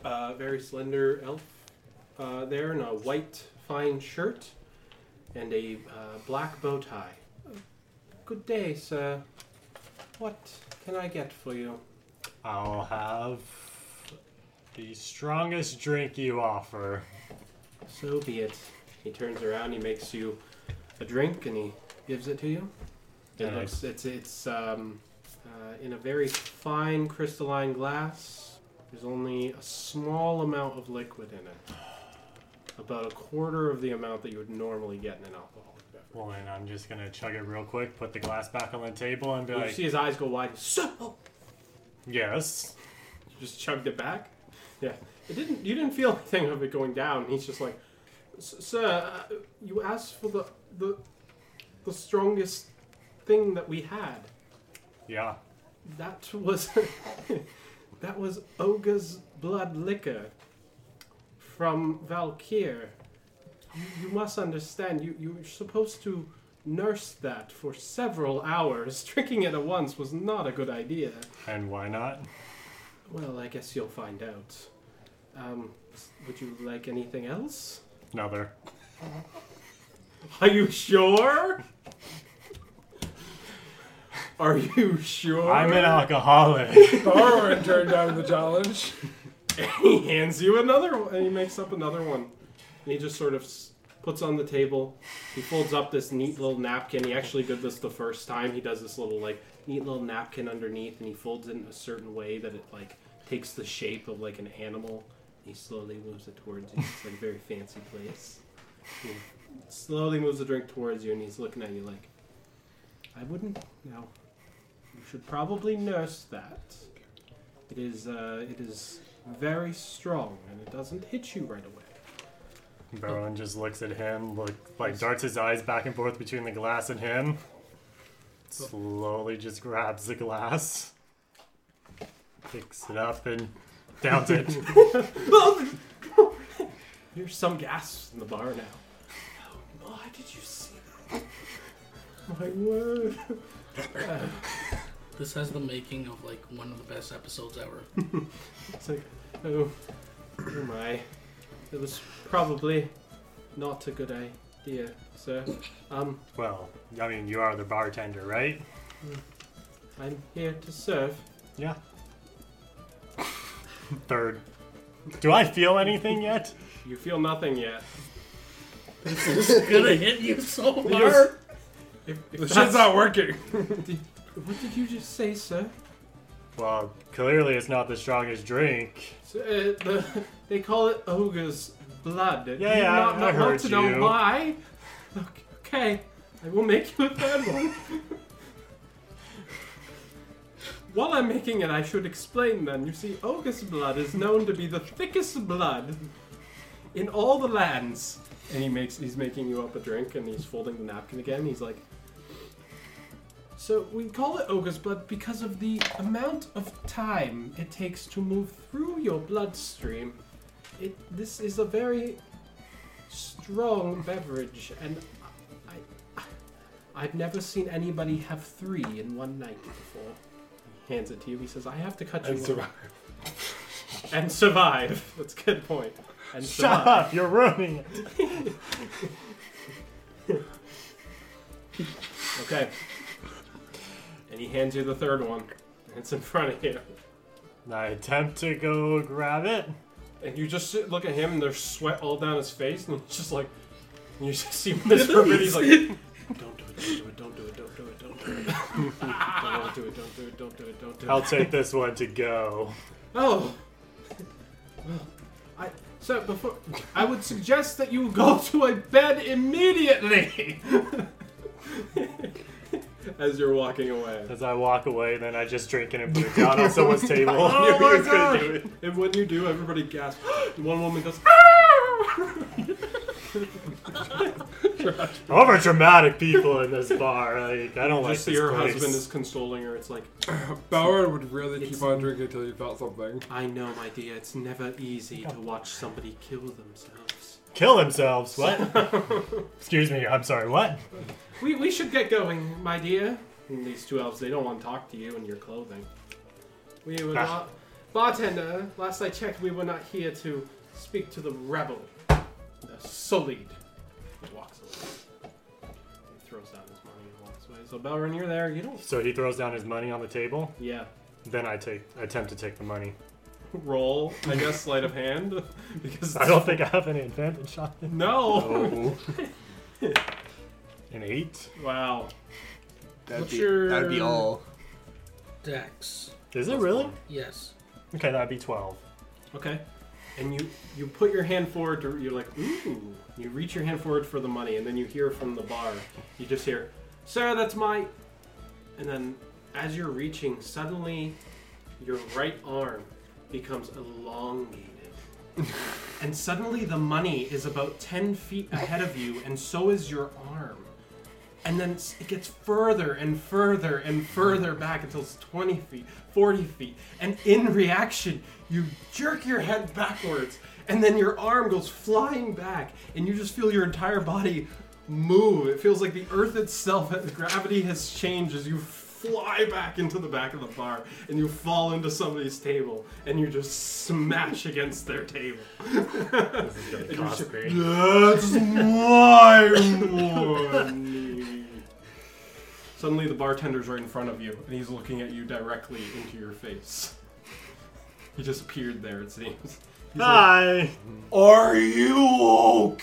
uh, very slender elf uh, there in a white fine shirt and a uh, black bow tie. Good day, sir. What can I get for you? I'll have the strongest drink you offer. So be it. He turns around, he makes you a drink, and he gives it to you. It looks, Nice. it's it's um, uh, in a very fine crystalline glass. There's only a small amount of liquid in it, about a quarter of the amount that you would normally get in an alcoholic beverage. Well, then I'm just gonna chug it real quick, put the glass back on the table, and be you like, see his eyes go wide. So "Yes." just chugged it back. Yeah, it didn't. You didn't feel anything of it going down. He's just like, "S- sir, uh, you asked for the the the strongest thing that we had. Yeah. That was <laughs> that was ogre's blood liquor from Valkyr. You, you must understand. You you're supposed to nurse that for several hours. <laughs> Drinking it at once was not a good idea. And why not? Well, I guess you'll find out. Um, s- would you like anything else? <laughs> Another. Are you sure? Are you sure? I'm an alcoholic. <laughs> Barwin turned down the challenge. <laughs> he hands you another one, and he makes up another one. And he just sort of s- puts on the table. He folds up this neat little napkin. He actually did this the first time. He does this little like neat little napkin underneath, and he folds it in a certain way that it like takes the shape of like an animal. He He slowly moves it towards you. It's like a very fancy place. He slowly moves the drink towards you, and he's looking at you like, I wouldn't. No, you should probably nurse that. It is. Uh, it is very strong, and it doesn't hit you right away. Baron just looks at him, look, like darts his eyes back and forth between the glass and him. Slowly just grabs the glass, picks it up, and downs it. There's some gas in the bar now. Oh, why did you see that? My word. This has the making of like one of the best episodes ever. It's like, oh, oh my. It was probably not a good idea, sir. Um, well, I mean, you are the bartender, right? I'm here to serve. Yeah. Third. Do I feel anything yet? You feel nothing yet. It's gonna hit you so hard. Yes. If, if The that's- shit's not working. What <laughs> did you just say, sir? Well, clearly it's not the strongest drink. So, uh, the, they call it ogre's blood. Do Yeah, you yeah, not, I not heard want to know you. why? Okay, okay, I will make you a third one. While I'm making it, I should explain then. You see, ogre's blood is known to be the thickest blood in all the lands. And he makes he's making you up a drink and he's folding the napkin again. He's like so we call it ogre's blood because of the amount of time it takes to move through your bloodstream. It this is a very strong beverage, and I, I I've never seen anybody have three in one night before. He hands it to you. He says, "I have to cut you And off." survive. and survive. <laughs> That's a good point. And Shut survive. up! You're ruining it. Okay. And he hands you the third one. and It's in front of you. I attempt to go grab it. And you just sit, look at him, and there's sweat all down his face, and he's just like, and you <laughs> just see him whisper, and he's like, don't do it, don't do it, don't do it, don't do it, <laughs> don't do it, don't do it, don't do it, don't do it, don't do it. I'll take this one to go. Oh. Well, I so before I would suggest that you go <laughs> to a bed immediately. <laughs> As you're walking away. As I walk away, then I just drink it and put it down on someone's table. Oh <laughs> <laughs> I knew he was gonna do it. And when you do, everybody gasps. One woman <laughs> goes, "Ah!" Over dramatic people in this bar. Like I don't like just see this her place. husband is consoling her. It's like, Bauer would really It's- keep on drinking until you felt something. I know, my dear, it's never easy to watch somebody kill themselves. Kill <laughs> themselves. What? Excuse me. I'm sorry. What? We, we should get going, my dear. And these two elves, they don't want to talk to you in your clothing. We were Ah. not. Bartender, last I checked, we were not here to speak to the rebel. The Solid. He walks away. He throws down his money and walks away. So, Belrin, you're there. You don't. So he throws down his money on the table. Yeah. <laughs> Then I take attempt to take the money. Roll, I guess, sleight of hand. <laughs> Because. I don't think I have any advantage on it. No! Oh. An eight? Wow. That'd What's be your- that'd be all. Dex. Is it really? Yes. Okay, that'd be twelve. Okay. And you you put your hand forward to you're like ooh. You reach your hand forward for the money, and then you hear from the bar. You just hear, "Sir, that's my." And then, as you're reaching, suddenly your right arm becomes elongated, and suddenly the money is about ten feet ahead of you, and so is your arm. And then s- it gets further and further and further back until it's 20 feet, 40 feet. And in reaction, you jerk your head backwards, and then your arm goes flying back, and you just feel your entire body move. It feels like the earth itself, the gravity has changed as you fly back into the back of the bar, and you fall into somebody's table, and you just smash against their table. This is gonna cost me. That's my money. Suddenly, the bartender's right in front of you, and he's looking at you directly into your face. He just appeared there, it seems. He's like, Hi. Are you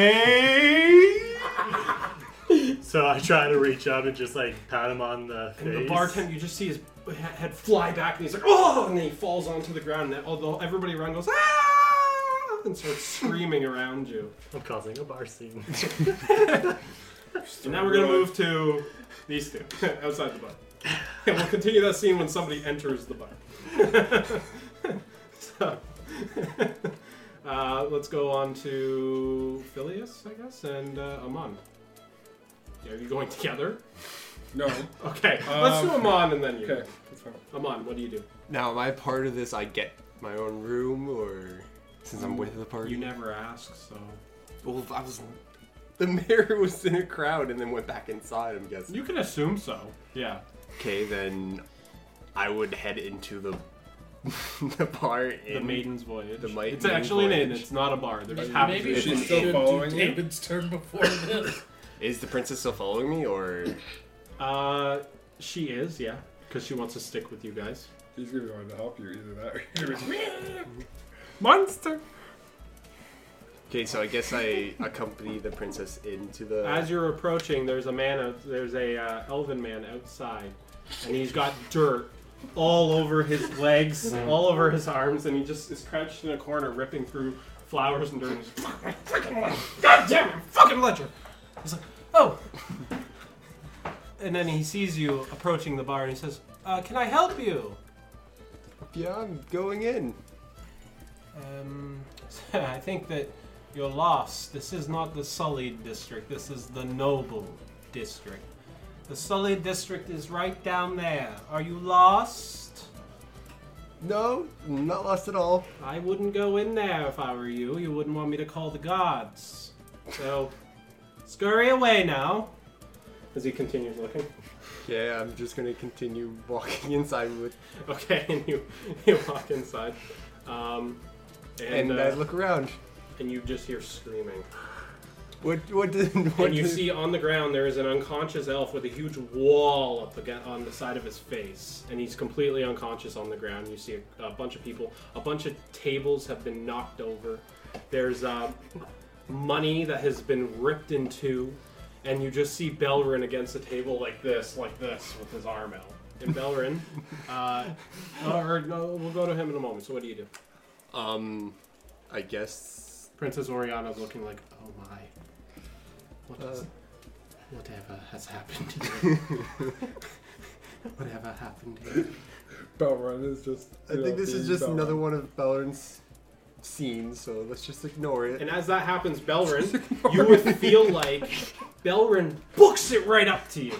okay? so I try to reach up and just like pat him on the face. and the bartender, you just see his he- head fly back, and he's like, "Oh!" and then he falls onto the ground. And although everybody around goes, "Ah!" and starts screaming around you. I'm causing a bar scene. And now we're gonna move to these two <laughs> outside the bar, and we'll continue that scene when somebody enters the bar. <laughs> so, <laughs> uh, let's go on to Phileas, I guess, and uh, Amon. Are you going together? No. Okay, let's do Um, Amon and then you. Okay. Amon, what do you do? Now, am I part of this? I get my own room, or since I'm with the party? You never ask, so Well, I was. <laughs> The mayor was in a crowd and then went back inside. I'm guessing. you can assume so. Yeah. Okay, then I would head into the the <laughs> bar. In, The Maiden's Voyage. The Ma- it's Maiden's actually an inn. Voyage. It's not a bar. There's Maybe- half Maybe Is we she should still following do you? David's turn before this. <laughs> Is the princess still following me, or Uh, she is, yeah, because she wants to stick with you guys. He's gonna be wanting to help you either that or you're gonna be- Monster. okay? So I guess I accompany the princess into the. As you're approaching, there's a man. Out, there's a uh, elven man outside, and he's got dirt all over his legs, all over his arms, and he just is crouched in a corner, ripping through flowers and dirt. He's, "Fucking Ledger. God damn it, fucking ledger! He's like, oh. And then he sees you approaching the bar, and he says, uh, "Can I help you?" yeah, I'm going in. Um, <laughs> I think that you're lost. This is not the Sullied district. This is the Noble district. The Sullied district is right down there. Are you lost? No, not lost at all. I wouldn't go in there if I were you. You wouldn't want me to call the gods. So, scurry away now. As he continues looking. Yeah, I'm just gonna continue walking <laughs> inside with, <laughs> Okay, and you <laughs> you walk inside, um, and, and I uh, look around. and you just hear screaming. What what did what and you did- see on the ground there is an unconscious elf with a huge wall up aga on the side of his face, and he's completely unconscious on the ground. You see a, a bunch of people, a bunch of tables have been knocked over. There's uh, money that has been ripped in two, and you just see Belrin against the table like this, like this, with his arm out. And Belrin, uh, or no, we'll go to him in a moment. So what do you do? Um, I guess Princess Oriana's looking like, oh my, what is, whatever has happened. Here. whatever happened. Here. Belrun is just. I think this is just another one of Belrin's scenes, so let's just ignore it. And <laughs> as that happens, Belrin, you would feel like Belrin books it right up to you.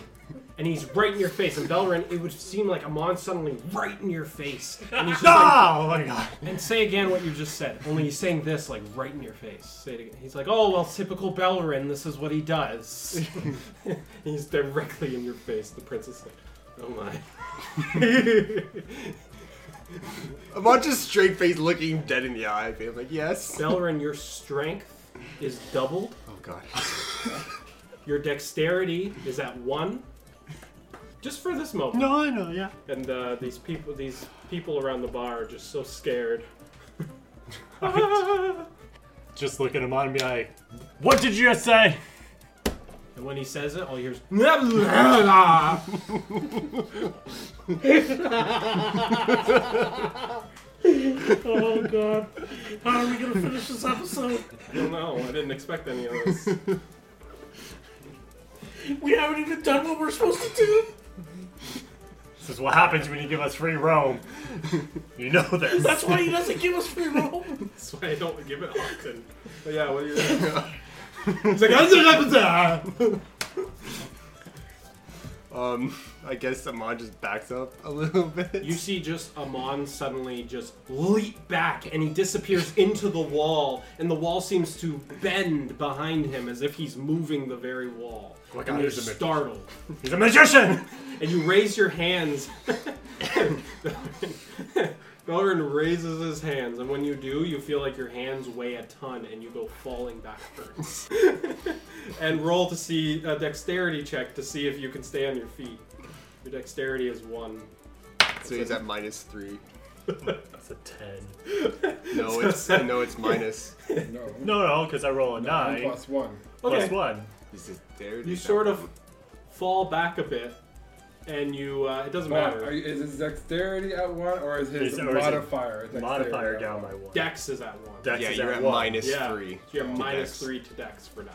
And he's right in your face. And Belrin, it would seem like Amon suddenly right in your face. And he's just like, oh my god. And say again what you just said. Only he's saying this like right in your face. Say it again. He's like, "Oh well, typical Belrin. This is what he does." <laughs> he's directly in your face. The princess, like, "Oh my." Ah! I'm not just straight face looking him dead in the eye. I'm like, yes. Belrin, your strength is doubled. Oh god. Your dexterity is at one. Just for this moment. No, I know, yeah. And uh, these people, these people around the bar, are just so <laughs> scared. Just look at him on and be like, What did you just say? And when he says it, all you hear is. <laughs> and Oh god. How are we gonna finish this episode? no, I didn't expect any of this. We haven't even done what we're supposed to do. This is what happens when you give us free roam. <laughs> you know this. That's why he doesn't give us free roll. That's why I don't give it often. But yeah, what do you Um, I guess Amon just backs up a <laughs> little bit. You see just Amon suddenly just leap back and he disappears into the wall, and the wall seems to bend behind him as if he's moving the very wall. my God, and you're there's a bit- startled. He's a magician! <laughs> And you raise your hands. <laughs> Belrin raises his hands, and when you do, you feel like your hands weigh a ton and you go falling backwards. <laughs> and roll to see a dexterity check to see if you can stay on your feet. Your dexterity is one. so he's at minus three. <laughs> That's a 10. No, it's no, it's minus. No. No, no, because I roll a 9 Plus one. plus 1. He's just there. You sort of fall back a bit, and you uh, it doesn't But are matter. you- is his dexterity at one or is his Is- or is it modifier? dexterity Modifier at down one? by one. Dex is at one. Dex yeah, is you're at at one. minus yeah, three. You're to minus dex. three to Dex for now.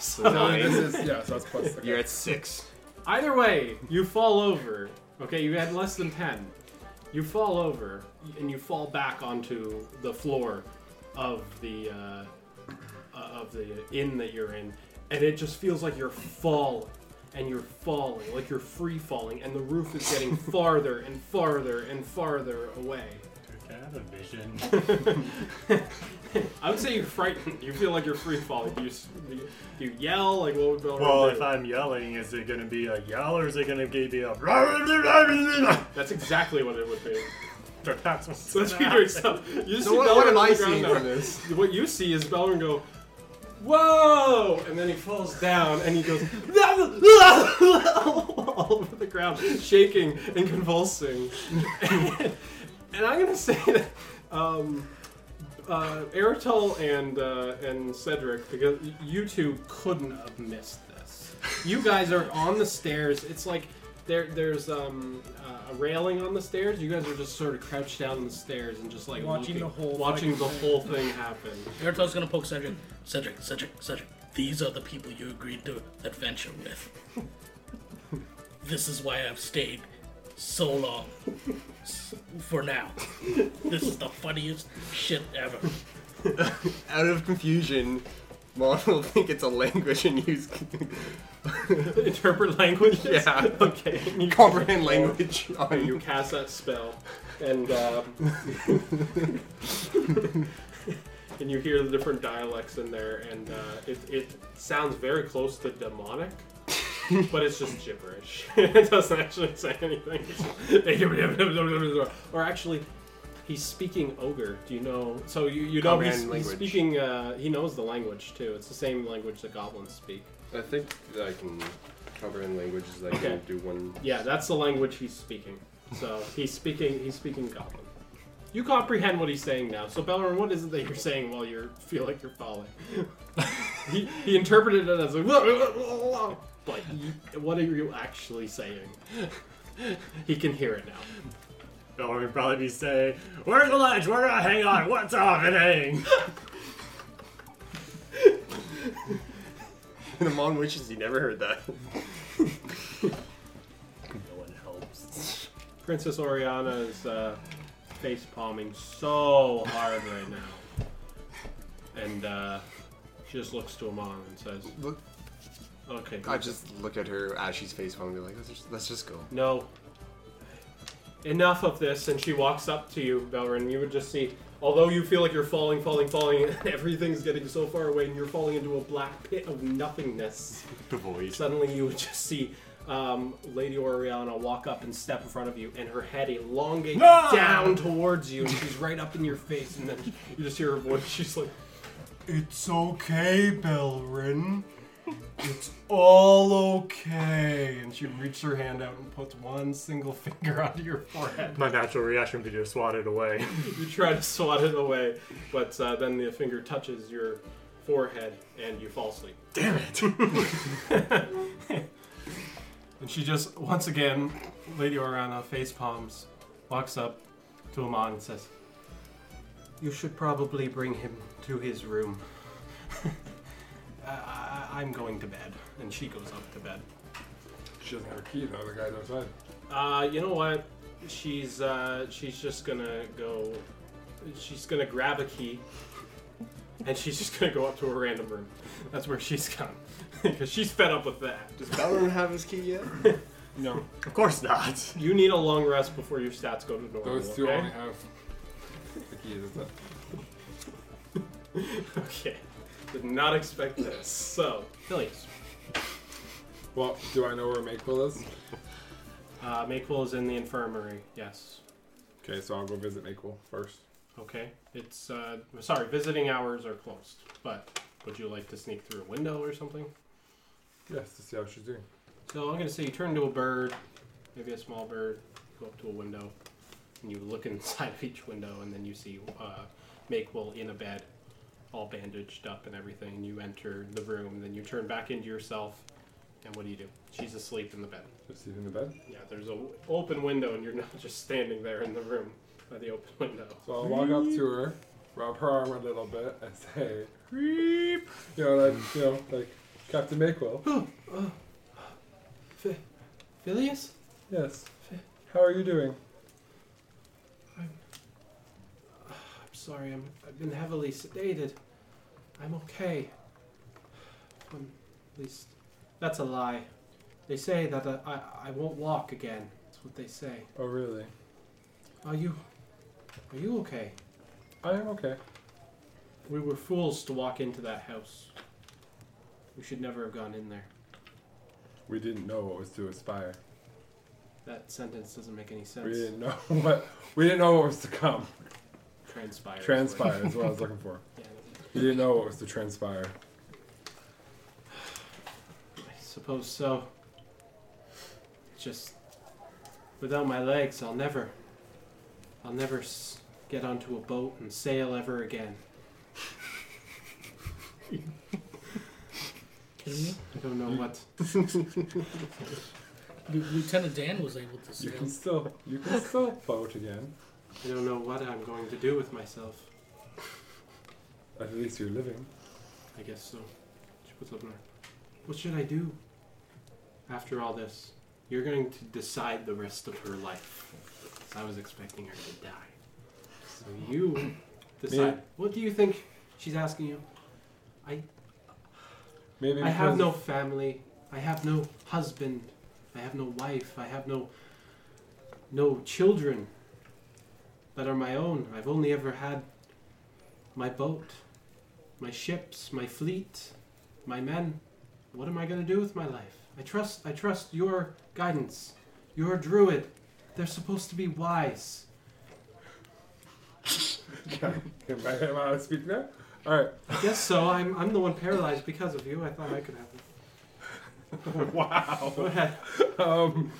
So Oh, So <laughs> nine. this is yeah. So that's <laughs> plus. Okay. You're at six. Either way, you fall over. Okay, you had less than 10. You fall over and you fall back onto the floor of the uh, uh, of the inn that you're in, and it just feels like you're falling and you're falling, like you're free falling, and the roof is getting <laughs> farther and farther and farther away. Can I have a vision? I would say you're frightened. You feel like you're free falling. Do you, s- do you, do you yell? Like what would Belrond Well, do? if I'm yelling, is it gonna be a yell or is it gonna be a? That's That's exactly what it would <laughs> be. what's So let's figure it out. You So see what, what Belrond am on I the ground seeing now. for this? What you see is Belrin go, whoa, and then he falls down and he goes <laughs> all over the ground, shaking and convulsing. <laughs> and I'm gonna <laughs> say that um, uh, Aerithel and uh, and Cedric, because you two couldn't have missed this. You guys are on the stairs. It's like there there's um, uh, a railing on the stairs. You guys are just sort of crouched down on the stairs and just like Watching looking- the whole watching the fucking whole thing happen. <laughs> Airtel's gonna poke Cedric. Cedric, Cedric, Cedric. These are the people you agreed to adventure with. this is why I've stayed so long. S- For now. This is the funniest shit ever. Out of confusion, Mon will <laughs> think it's a language and use <laughs> Interpret languages. Yeah. <laughs> Okay. and You, comprehend <laughs> language on you cast that spell, and uh, <laughs> and you hear the different dialects in there, and uh, it it sounds very close to demonic. but it's just gibberish. <laughs> it doesn't actually say anything. <laughs> It's just- or actually, he's speaking ogre. Do you know? So you, you know he's, Comprehend he's language. speaking. Uh, he knows the language too. It's the same language that goblins speak. I think I can comprehend languages. I can Okay. do one. Yeah, that's the language he's speaking. So he's speaking he's speaking goblin. You comprehend what he's saying now. So Belrin, what is it that you're saying while you feel like you're falling? he, he interpreted it as like, "Whoa, whoa, whoa, whoa," but you, what are you actually saying? he can hear it now. Or we'd probably be saying, "Where's the ledge? Where do I hang on? What's happening?" The Mon wishes he never heard that. No one helps. Princess Oriana is uh, face palming so hard right now, and uh, she just looks to him on and says, Look- "Okay, I just look at her as she's face palm and be like, let's just, let's just go. No. Enough of this. And she walks up to you, Belrin. You would just see, although you feel like you're falling, falling, falling, <laughs> and everything's getting so far away, and you're falling into a black pit of nothingness. The void. Suddenly, you would just see um, Lady Oriana walk up and step in front of you, and her head elongates down towards you, and she's right up in your face. And then you just hear her voice. She's like, It's okay, Belrin. It's all okay. And she reached her hand out and puts one single <laughs> finger onto your forehead. My natural reaction would be to swat it away. <laughs> <laughs> You try to swat it away, but uh, then the finger touches your forehead and you fall asleep. Damn it. <laughs> and she just, once again, Lady Orana face palms, walks up to Amon and says, You should probably bring him to his room. <laughs> I- I- I'm going to bed. And she goes up to bed. She doesn't have a key though. The guy's outside. Uh, you know what? She's uh, she's just gonna go. She's gonna grab a key, and she's just gonna go up to a random room. That's where she's gone, <laughs> because she's fed up with that. Does Balron have his key yet? No, of course not. you need a long rest before your stats go to normal. Those two okay? only have the key. That's it. Okay. Did not expect this. So, Phileas, Well, do I know where Makewell is? uh, Makewell is in the infirmary. Yes. Okay, so I'll go visit Makewell first. Okay. It's uh, sorry. Visiting hours are closed, but would you like to sneak through a window or something? Yes, to see how she's doing. So I'm gonna say you turn into a bird, maybe a small bird, go up to a window, and you look <laughs> inside of each window, and then you see uh, Makewell in a bed, all bandaged up and everything. And you enter the room, then you turn back into yourself, And what do you do? She's asleep in the bed. Just leave in the bed. Yeah, there's a w- open window, and you're <laughs> not just standing there in the room by the open window. So I'll walk up to her, rub her arm a little bit, and say, "Creep." You know, like you know, like Captain Makewell. Phileas? Yes. How are you doing? I'm sorry, I'm, I've been heavily sedated. I'm okay. I'm, at least, that's a lie. They say that uh, I, I won't walk again. That's what they say. Oh, really? Are you, are you okay? I am okay. We were fools to walk into that house. We should never have gone in there. We didn't know what was to aspire. That sentence doesn't make any sense. We didn't know <laughs> what we didn't know what was to come. Transpire. is what- Transpire is what I was looking for. Yeah, We didn't know what was to transpire. I suppose so. Just without my legs, I'll never, I'll never s- get onto a boat and sail ever again. Kidding me? I don't know what. Lu- Lieutenant Dan was able to You sail. can still you can still vote again. I don't know what I'm going to do with myself. At least you're living. I guess so. She puts up an arm. What should I do? After all this, you're going to decide the rest of her life. 'Cause I was expecting her to die. So you decide. Yeah. What do you think she's asking you? Maybe I have because- no family. I have no husband. I have no wife. I have no no children that are my own. I've only ever had my boat, my ships, my fleet, my men. What am I going to do with my life? I trust I trust your guidance. You're a druid. They're supposed to be wise. <laughs> Am I, am I allowed to speak now? All right. I guess so. I'm, I'm the one paralyzed because of you. I thought I could have it. Go Wow. ahead. Um,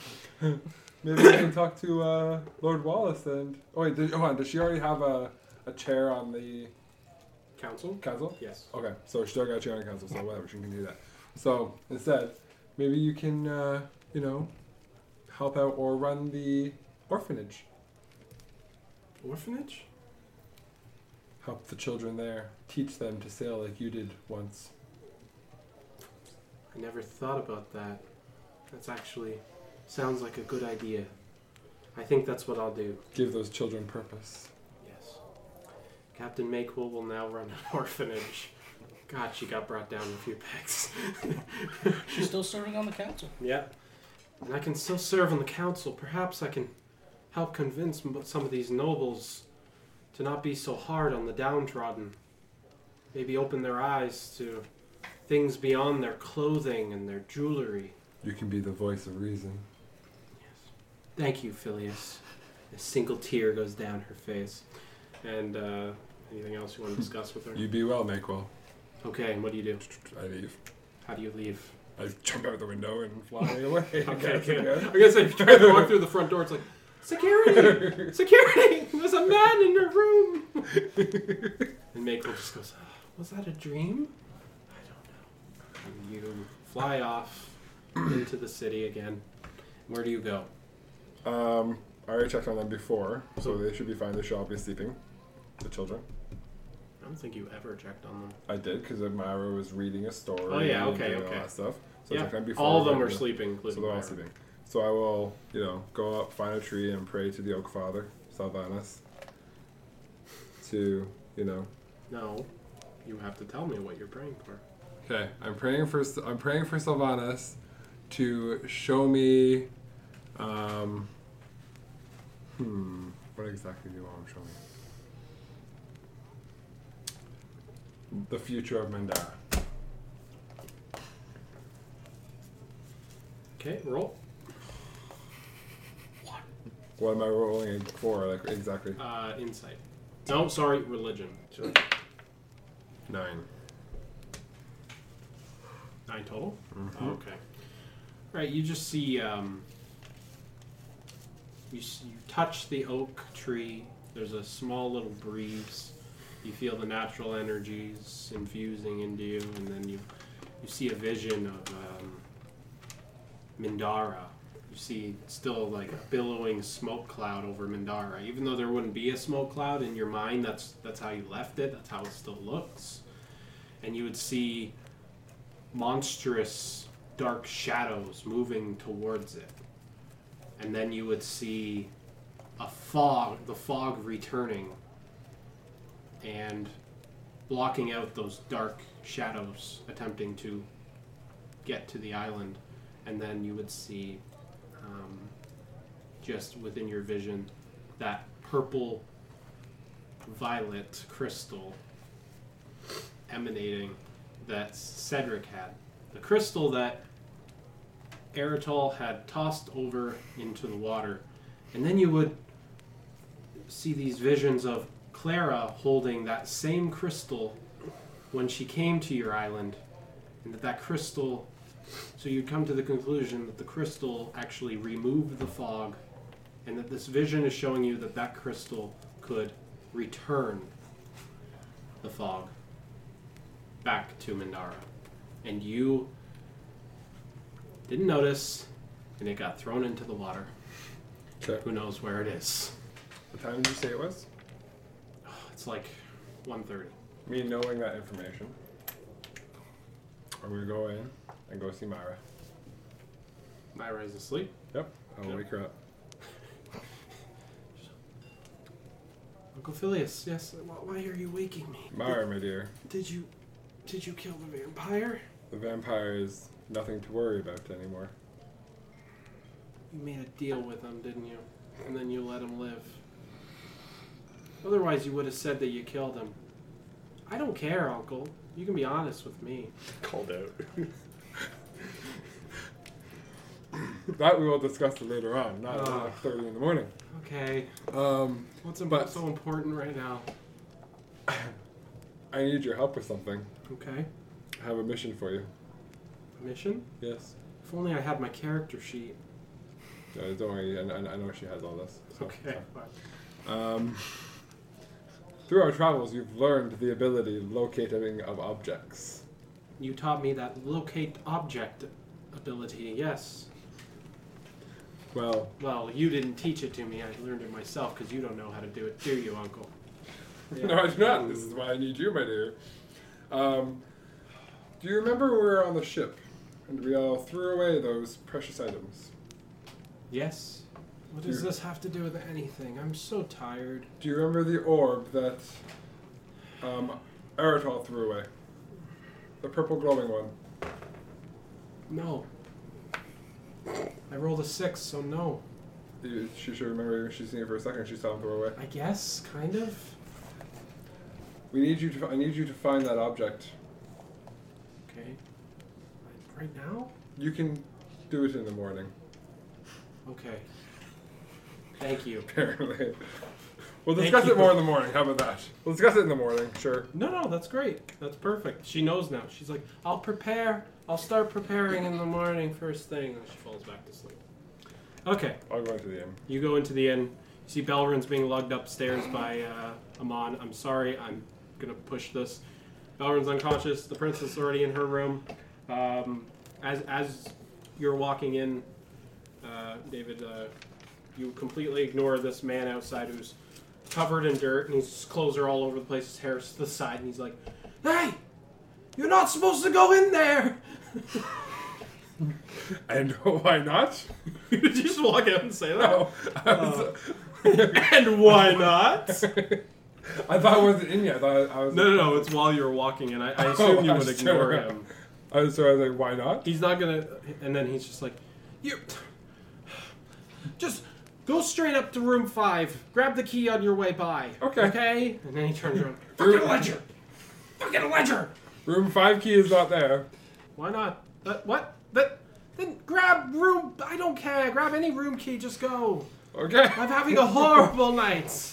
<laughs> maybe we can talk to uh, Lord Wallace and. Oh wait, did, hold on. Does she already have a, a chair on the Council? council? Yes. Okay, so she still got a chair on the council, so whatever, she can do that. So instead, maybe you can, uh, you know, help out or run the orphanage, Orphanage? help the children there, teach them to sail like you did once. I never thought about that. That's actually sounds like a good idea. I think that's what I'll do. Give those children purpose. Yes. Captain Makewell will now run an <laughs> orphanage. God, she got brought down a few pegs. <laughs> She's still serving on the council. yeah. And I can still serve on the council. Perhaps I can help convince m- some of these nobles to not be so hard on the downtrodden. Maybe open their eyes to things beyond their clothing and their jewelry. You can be the voice of reason. Thank you, Phileas. A single tear goes down her face. And uh, anything else you want to discuss with her? You be well, Makewell. Okay, and what do you do? I leave. How do you leave? I jump out the window and fly <laughs> away. Okay, Yes, <laughs> good. again. I guess if you try to walk through the front door, it's like, security! Security! There's a man in her room! and Mako just goes, "Ah, was that a dream? I don't know. And you fly off into the city again. Where do you go? Um, I already checked on them before, so they should be fine. They should all be sleeping. The children. I don't think you ever checked on them. I did because Myra was reading a story. Oh, yeah, and okay, doing okay. All that stuff. So I checked on them yeah, before. all of them but- are sleeping, including So they're all Myra. sleeping. So I will, you know, go up, find a tree, and pray to the Oak Father, Salvanus, to, you know. No, you have to tell me what you're praying for. Okay, I'm praying for I'm praying for Salvanus to show me. Um, hmm, what exactly do you want him to show me? The future of Mandara. Okay, roll. What am I rolling for? Like exactly Uh, insight. No, sorry, religion. nine. Nine total? Oh, Okay. All right, you just see, um, you, s- you touch the oak tree. There's a small little breeze. You feel the natural energies infusing into you, and then you, you see a vision of um, Mindara. You see still like a billowing smoke cloud over Mindara. Even though there wouldn't be a smoke cloud in your mind, that's that's how you left it, that's how it still looks. And you would see monstrous dark shadows moving towards it. And then you would see a fog, the fog returning and blocking out those dark shadows attempting to get to the island. And then you would see, um, just within your vision, that purple violet crystal emanating that Cedric had. The crystal that Eritol had tossed over into the water. And then you would see these visions of Clara holding that same crystal when she came to your island, and that that crystal. So you'd come to the conclusion that the crystal actually removed the fog, and that this vision is showing you that that crystal could return the fog back to Mindara. And you didn't notice, and it got thrown into the water. Okay. Who knows where it is? What time did you say it was? It's like 1.30. Me knowing that information, I'm gonna go in and go see Myra. Myra is asleep. Yep. I'll Okay. wake her up. Uncle Phileas, yes. wh- Why are you waking me? Myra, my dear, Did you, did you kill the vampire? the vampire is nothing to worry about anymore. You made a deal with him, didn't you? And then you let him live. Otherwise, you would have said that you killed him. I don't care, Uncle. You can be honest with me. Called out. That we will discuss it later on, not until Ah. like 30 in the morning. Okay. Um, What's But- imp- so important right now? I need your help with something. Okay. I have a mission for you. Mission? Yes. If only I had my character sheet. Uh, don't worry, I, I, I know she has all this. so it's Okay. fine. Um, through our travels, you've learned the ability of locating of objects. You taught me that locate object ability, yes. Well, Well, you didn't teach it to me. I learned it myself because you don't know how to do it, do you, Uncle? no, I do not. This is why I need you, my dear. Um, do you remember we were on the ship and we all threw away those precious items? Yes. What does Here. this have to do with anything? I'm so tired. Do you remember the orb that um, Eritol threw away? The purple glowing one. No. I rolled a six, so no. You- She should remember she's seen it for a second. She saw him throw it away. I guess, kind of. We need you to. I need you to find that object. Okay. Like, Right now? You can do it in the morning. <laughs> Okay. Thank you. apparently. We'll Thank discuss you it more for- in the morning. How about that? We'll discuss it in the morning, sure. No, no, that's great. That's perfect. She knows now. She's like, I'll prepare. I'll start preparing in the morning first thing. And she falls back to sleep. Okay. I'll go into the inn. You go into the inn. You see Belrin's being lugged upstairs by uh, Amon. I'm sorry, I'm gonna push this. Belrin's unconscious. The princess is already in her room. Um, as as you're walking in, uh, David, uh, you completely ignore this man outside who's covered in dirt and his clothes are all over the place. His hair's to the side, and he's like, "Hey, you're not supposed to go in there." <laughs> And why not? you just walk out and say that. No. I, was, And why not? I thought it wasn't in yet. I thought I was. No, no, no. It's while you're walking, and I, I assume <laughs> Oh, you I would see. ignore him. I was, so I was like, why not? He's not gonna. And then he's just like, you. Just go straight up to room five. Grab the key on your way by. Okay. Okay. And then he turns around. Room- <laughs> Fucking ledger. Fucking ledger. Room 5 key is not there. Why not? That, what? That. Then grab room. I don't care. Grab any room key. Just go. Okay. I'm having a horrible night.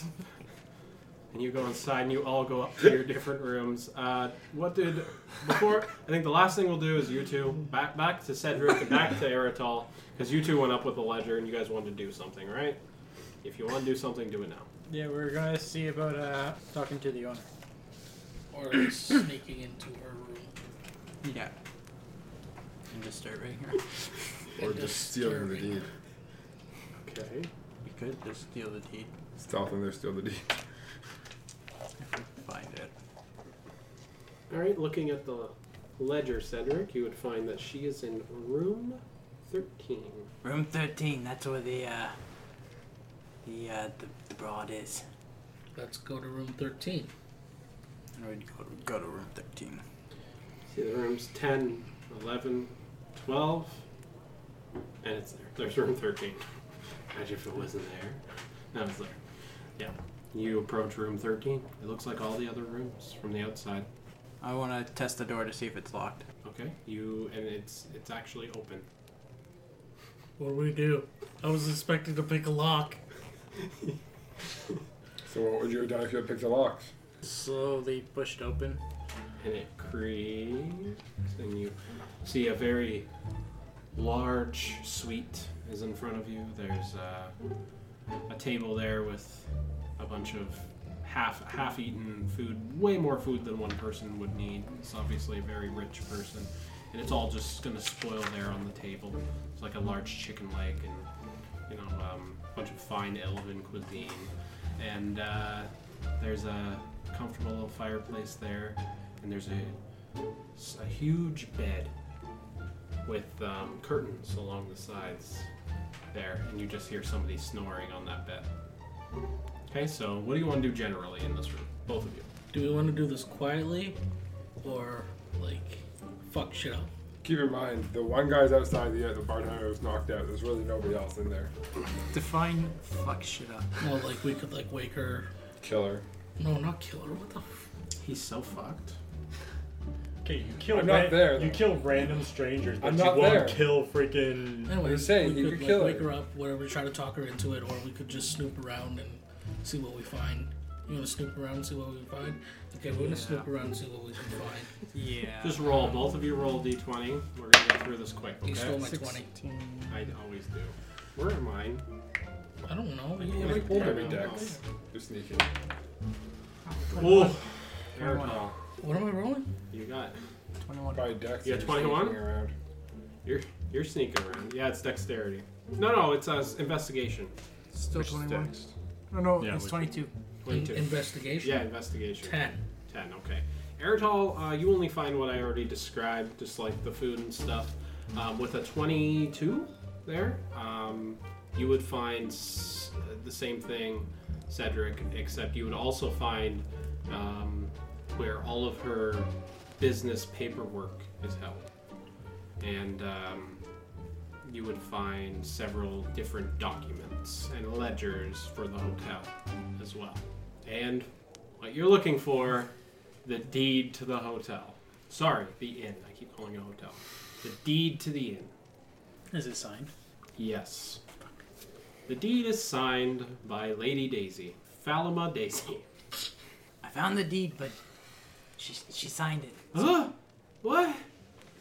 And you go inside, and you all go up to your different rooms. Uh, what did before? I think the last thing we'll do is you two back back to Cedric, and back to Eritol, because you two went up with the ledger, and you guys wanted to do something, right? If you want to do something, do it now. Yeah, we're gonna see about uh, talking to the owner. Or at least sneaking into her room. Yeah. And just start right here. Or just stealing the deed. Okay. We could just steal the deed. Stealth and they steal the deed. Find it. All right, looking at the ledger, Cedric, you would find that she is in room 13. Room 13, that's where the, uh, the, uh, the, the broad is. Let's go to room 13. And we'd go to, go to room 13. See, the room's 10, 11, 12, and it's there. There's room 13. Imagine if it wasn't there. No, it's there. Yeah. You approach room 13. It looks like all the other rooms from the outside. I want to test the door to see if it's locked. Okay. You, and it's it's actually open. What do we do? I was expecting to pick a lock. So what would you have done if you had picked the locks? Slowly pushed open. and it creaks, and you see a very large suite is in front of you. There's a, a table there with a bunch of half half-eaten food, way more food than one person would need. It's obviously a very rich person, and it's all just gonna spoil there on the table. It's like a large chicken leg and you know um, a bunch of fine elven cuisine, and uh, there's a comfortable little fireplace there and there's a, a huge bed with um, curtains along the sides there, and you just hear somebody snoring on that bed. Okay, so what do you want to do generally in this room, both of you? Do we want to do this quietly or, like, fuck shit up? Keep in mind, the one guy's outside the the bartender was knocked out. There's really nobody else in there. Define fuck shit up. No, like, we could, like, wake her. Killer. No, not kill her. What the f- He's so fucked. Okay, you kill. I'm not ra- there, You though. kill random strangers, but I'm you not won't there. <laughs> kill freaking. Anyway, I'm saying, we you could, could like, kill wake her. her up, whatever, try to talk her into it, or we could just snoop around and see what we find. You want to snoop around and see what we find? Okay, we're gonna snoop around and see what we can find. Yeah. Just roll, both of you roll a d20. We're gonna get through this quick, You stole okay? my twenty. I always do. Where am I? I don't know. He You- pulled every dex. You're sneaking. Oh, Fair call. What am I rolling? You got. 21. By dex. You got you're 21? sneaking Around. You're you're sneaking around. Yeah, it's dexterity. No, no, it's uh, investigation. Still Which is 21. dex. No, no, Yeah, it's we- 22. In- 22. investigation. Yeah, investigation. Ten. 10, okay. Eritol, uh, you only find what I already described, just like the food and stuff. Um, with a 22 there, um, you would find s- the same thing, Cedric, except you would also find um, where all of her business paperwork is held. And um, you would find several different documents and ledgers for the hotel as well. And what you're looking for the deed to the hotel. Sorry, the inn. I keep calling it a hotel. The deed to the inn. Is it signed? Yes. The deed is signed by Lady Daisy. Falama Daisy. I found the deed, but she, she signed it. Huh? What?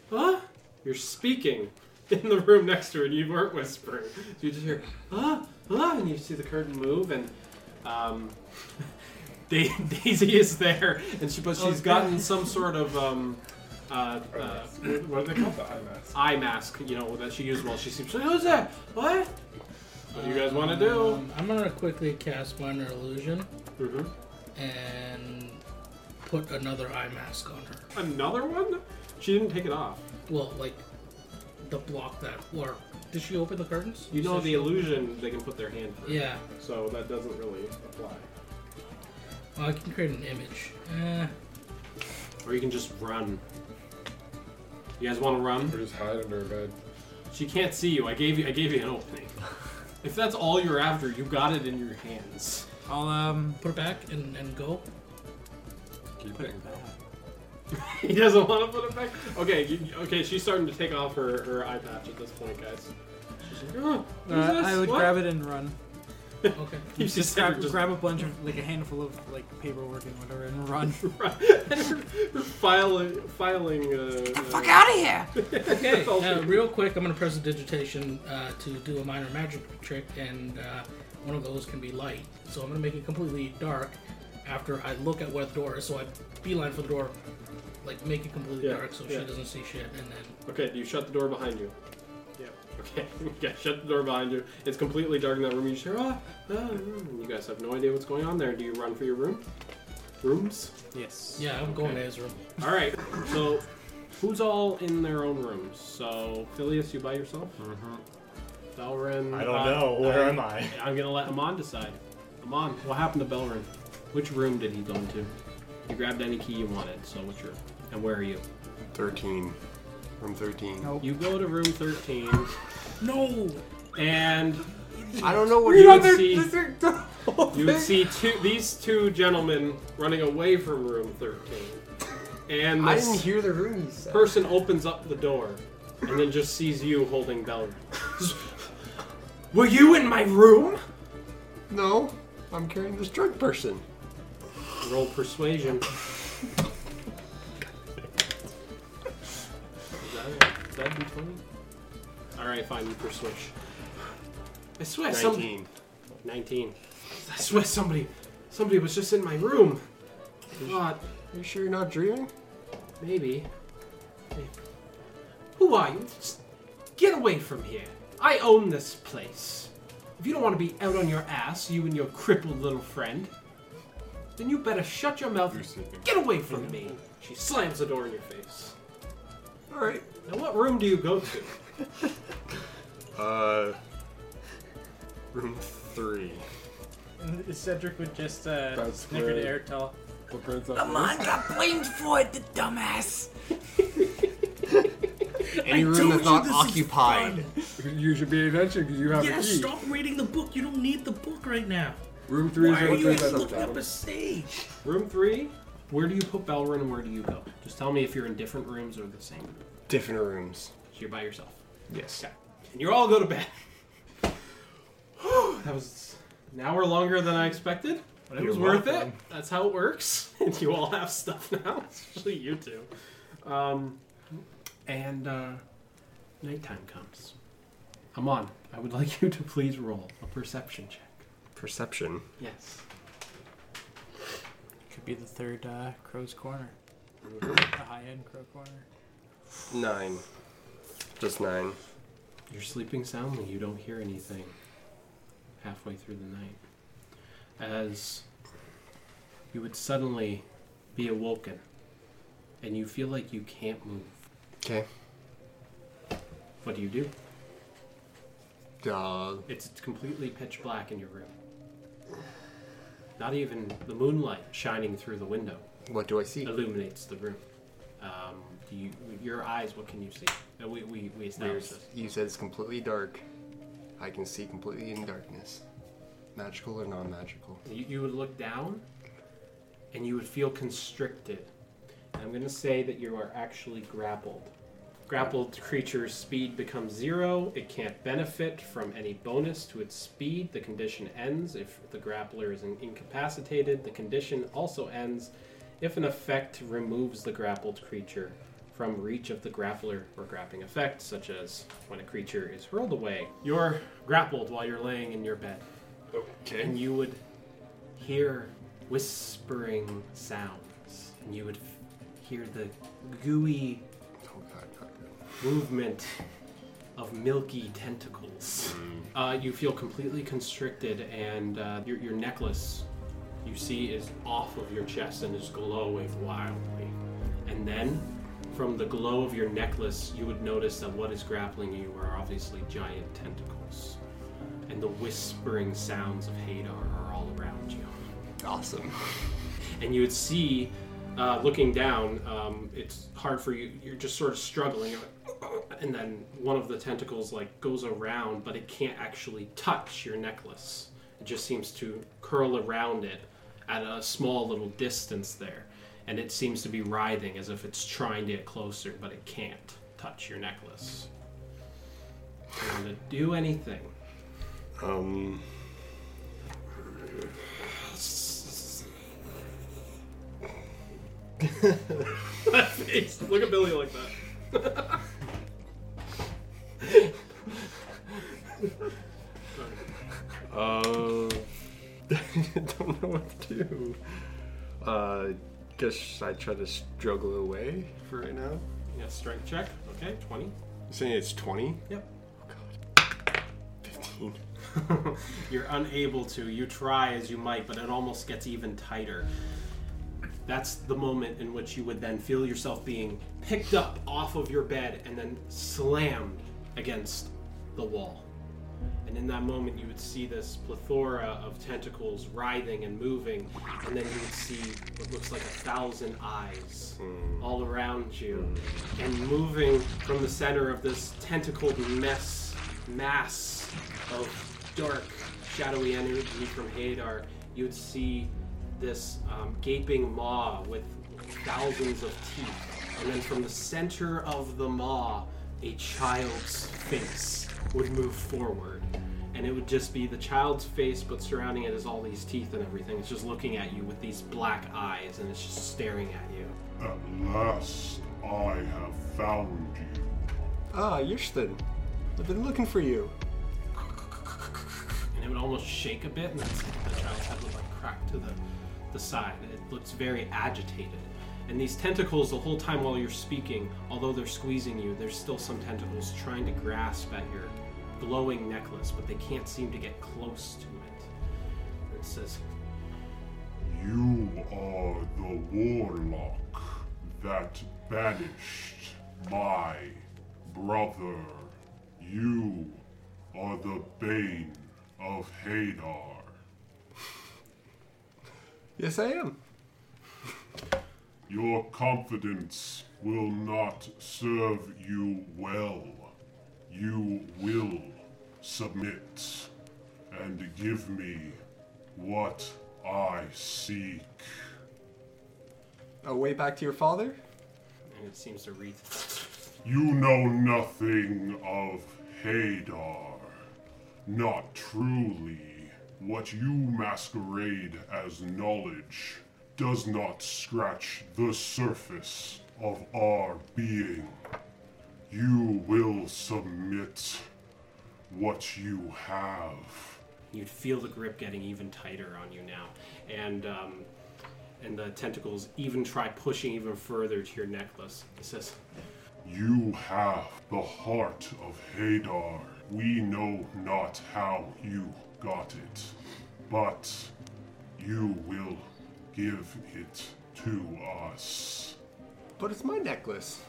Huh? You're speaking in the room next to her and you weren't whispering. So you just hear, huh? Huh? And you see the curtain move and, um, <laughs> Da- Daisy is there and she, but she's Oh, gotten some sort of, um, uh, uh, what are they called? The eye mask. eye mask, you know, that she used while she sleeps. Who's that? What? What do you guys want to do? Um, I'm gonna quickly cast minor illusion hmm and put another eye mask on her. Another one? She didn't take it off. Well, like the block that. Or did she open the curtains? You know said the she- illusion they can put their hand through. Yeah. So that doesn't really apply. Well, I can create an image. Eh, Or you can just run. You guys want to Or run? just hide under a bed. She can't see you. I gave you. I gave you an <laughs> opening. If that's all you're after, you got it in your hands. <laughs> I'll, um, put it back and, and go. Keep it. and go. He doesn't want to put it back. Okay. You, okay. She's starting to take off her, her eye patch at this point, guys. She's like, oh, Uh, who's this? Uh, I would What?" <laughs> grab it and <laughs> run. Okay. You see Just grab, her just grab a bunch of, like, a handful of, like, paperwork and whatever and run. <laughs> filing filing uh, Fuck uh, out of here! Okay. Uh, real quick, I'm gonna press the digitation uh, to do a minor magic trick, and uh, one of those can be light. So I'm gonna make it completely dark. After I look at where the door is, so I beeline for the door, like make it completely Yeah, dark so yeah. she doesn't see shit, and then okay do you shut the door behind you <laughs> Yeah. Okay, <laughs> you guys shut the door behind you. It's completely dark in that room. You just hear, ah, ah, ah." you guys have no idea what's going on there. Do you run for your room? Rooms? Yes. Yeah, I'm going to his room. All right, <laughs> so who's all in their own rooms? So, Phileas, you by yourself? Mm-hmm. Belrin. I don't uh, know. Where am I? I'm gonna let Amon decide. Amon, what happened to Belrin? Which room did he go into? You grabbed any key you wanted, so what's your and where are you? 13. Room 13. You go to room 13, No! and I don't know what you you would see <laughs> you would see two these two gentlemen running away from room 13, and I this didn't hear the room you said. person opens up the door and then just sees you holding Belrin. <laughs> Were you in my room? No, I'm carrying this drug person. Roll persuasion. Is that it? Is that d20? Alright, fine, you persuade. I swear, some 19. 19. I swear somebody somebody was just in my room. God, you sure you're not dreaming? maybe. Maybe. Who are you? Just get away from here. I own this place. If you don't want to be out on your ass, you and your crippled little friend, then you better shut your mouth You're sleeping. Get away from me! She slams the door in your face. Alright. Now, what room do you go to? Uh. Room 3. Cedric would just uh, That's snicker to where- Airtel. The princess. Amon got blamed for it, the dumbass. Any room that's not occupied. is- You should be adventuring because you have Yeah, a key. stop reading the book. You don't need the book right now. Room three Why are is you where guys the looking up a princess. stage? Room three. Where do you put Belrin and where do you go? Just tell me if you're in different rooms or the same. Different rooms. So you're by yourself. Yes. And you all go to bed. that was an hour longer than I expected, but it was worth it. That's how it works. <laughs> And you all have stuff now, <laughs> especially you two. Um, and uh, nighttime comes. Amon, I would like you to please roll a perception check. Perception. Yes. Could be the third uh, crow's corner. the high end crow corner. 9. Just 9. You're sleeping soundly. You don't hear anything halfway through the night. As you would suddenly be awoken and you feel like you can't move. Okay. What do you do? Uh, It's completely pitch black in your room. Not even the moonlight shining through the window what do I see? illuminates the room. Um, do you, your eyes, what can you see? Uh, We, we, we Weird. established this. You said it's completely dark. I can see completely in darkness. Magical or non magical? <laughs> You, you would look down and you would feel constricted. And I'm going to say that you are actually grappled. Grappled creature's speed becomes zero. It can't benefit from any bonus to its speed. The condition ends if the grappler is in- incapacitated. The condition also ends if an effect removes the grappled creature from reach of the grappler or grappling effect, such as when a creature is hurled away. You're grappled while you're laying in your bed and you would hear whispering sounds, and you would f- hear the gooey Oh god, god, god. movement of milky tentacles. Uh, you feel completely constricted, and uh, your, your necklace you see is off of your chest and is glowing wildly. And then, from the glow of your necklace, you would notice that what is grappling you are obviously giant tentacles. And the whispering sounds of Hadar are all around you Awesome. and you would see, uh, looking down, um, it's hard for you. You're just sort of struggling, you're like, and then one of the tentacles like goes around, but it can't actually touch your necklace. It just seems to curl around it at a small little distance there, and it seems to be writhing as if it's trying to get closer, but it can't touch your necklace. Trying to do anything. Um. Look at Billy like that. Uh. don't know what to do. Uh. Guess I try to struggle away for right now. Yeah, strength check. Okay, twenty. <laughs> You're saying it's 20? Yep. Oh god. 18. You're unable to. You try as you might, but it almost gets even tighter. That's the moment in which you would then feel yourself being picked up off of your bed and then slammed against the wall. And in that moment, you would see this plethora of tentacles writhing and moving, and then you would see what looks like a thousand eyes all around you. And moving from the center of this tentacled mess, mass of dark, shadowy energy from Hadar, you would see this um, gaping maw with thousands of teeth. And then from the center of the maw, a child's face would move forward. And it would just be the child's face, but surrounding it is all these teeth and everything. It's just looking at you with these black eyes and it's just staring at you. At last, I have found you. Ah, Yishtin. I've been looking for you. And it would almost shake a bit, and that's the child's head would like crack to the, the side. It looks very agitated. And these tentacles, the whole time while you're speaking, although they're squeezing you, there's still some tentacles trying to grasp at your glowing necklace, but they can't seem to get close to it. It says, You are the warlock that banished my brother. You are the bane of Hadar. Yes, I am. Your confidence will not serve you well. You will submit and give me what I seek. A way back to your father? and it seems to read. You know nothing of Hadar. Not truly. What you masquerade as knowledge does not scratch the surface of our being. You will submit what you have. You'd feel the grip getting even tighter on you now, and um, and the tentacles even try pushing even further to your necklace. It says, You have the heart of Hadar. We know not how you got it, but you will give it to us. But it's my necklace.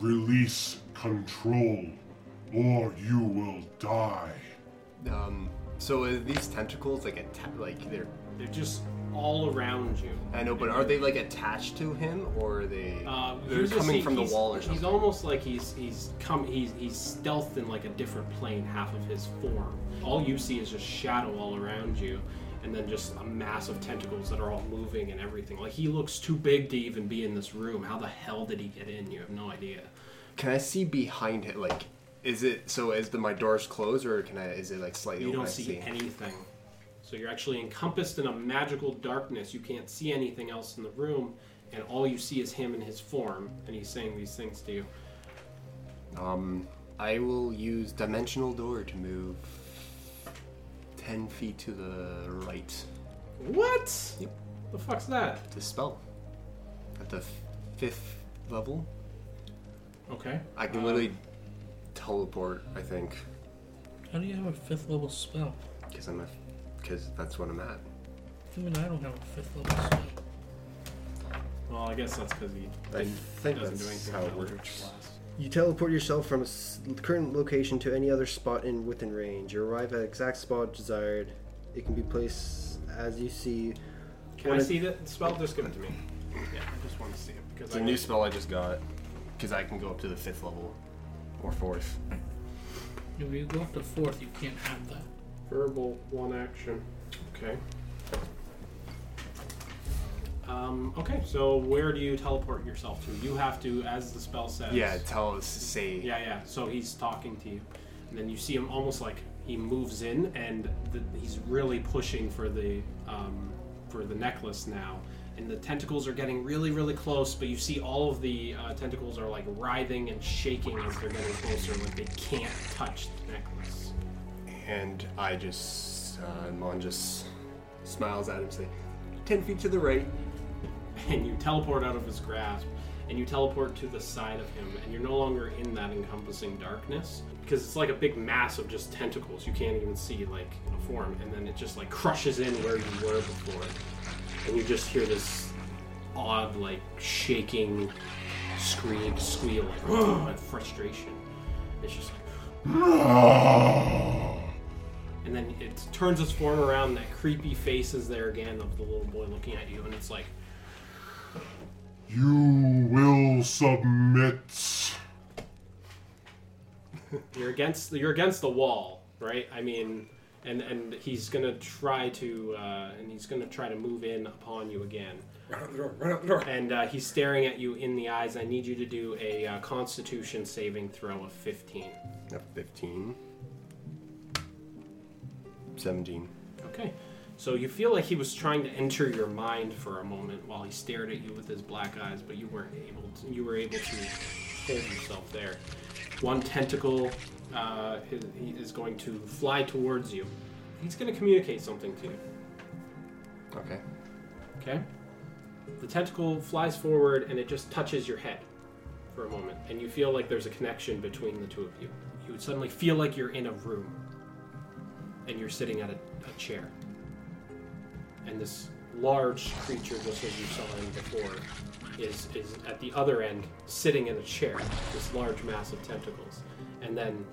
Release control, or you will die. <sighs> Um, so are these tentacles like atta- like they're "They're just all around you." I know, but are they like attached to him or are they Uh, they're you just coming see from the he's- wall or He's something? almost like he's he's come he's he's stealthed in like a different plane, half of his form. All you see is just shadow all around you, and then just a mass of tentacles that are all moving and everything. Like he looks too big to even be in this room. How the hell did he get in? You have no idea. Can I see behind him? Like, is it so? Is the my doors closed or can I? Is it like slightly? You open? don't I see anything. So you're actually encompassed in a magical darkness. You can't see anything else in the room, and all you see is him in his form, and he's saying these things to you. I will use dimensional door to move ten feet to the right. What? Yep. The fuck's that? The spell at the f- fifth level. Okay. I can literally teleport. I think How do you have a fifth level spell? because I'm a because that's what I'm at. Even I don't have a fifth level spell. Well, I guess that's because he I think doesn't do that's anything how it about works. class. You teleport yourself from a s- current location to any other spot in within range. You arrive at exact spot desired. It can be placed as you see. Can I Wanna- see that spell? Just give it to me. Yeah, I just want to see it because It's a I new spell I just got because I can go up to the fifth level or fourth. If you go up to fourth, you can't have that. verbal one action. Okay. Um, okay, so where do you teleport yourself to? You have to, as the spell says. Yeah, tell us say Yeah, yeah. So he's talking to you, and then you see him almost like he moves in, and the, he's really pushing for the um, for the necklace now. And the tentacles are getting really, really close, but you see all of the uh, tentacles are like writhing and shaking as they're getting closer, like they can't touch the necklace. And I just, uh, Mon just smiles at him, say, 10 feet to the right. And you teleport out of his grasp, and you teleport to the side of him, and you're no longer in that encompassing darkness because it's like a big mass of just tentacles. You can't even see like a form, and then it just like crushes in where you were before, and you just hear this odd like shaking scream, squeal, like, like frustration. It's just like. And then it turns its form around, that creepy face is there again of the little boy looking at you, and it's like, You will submit. you're against you're against the wall, right? I mean, and and he's gonna try to uh, and he's gonna try to move in upon you again. Run out the door, run out the door. And uh, he's staring at you in the eyes. I need you to do a uh, Constitution saving throw of 15. At 15. 17. Okay. So you feel like he was trying to enter your mind for a moment while he stared at you with his black eyes, but you weren't able. To, you were able to hold yourself there. One tentacle uh, is, he is going to fly towards you. He's going to communicate something to you. Okay. Okay. The tentacle flies forward and it just touches your head for a moment, and you feel like there's a connection between the two of you. You would suddenly feel like you're in a room and you're sitting at a, a chair. And this large creature, just as you saw him before, is, is at the other end, sitting in a chair, this large mass of tentacles. And then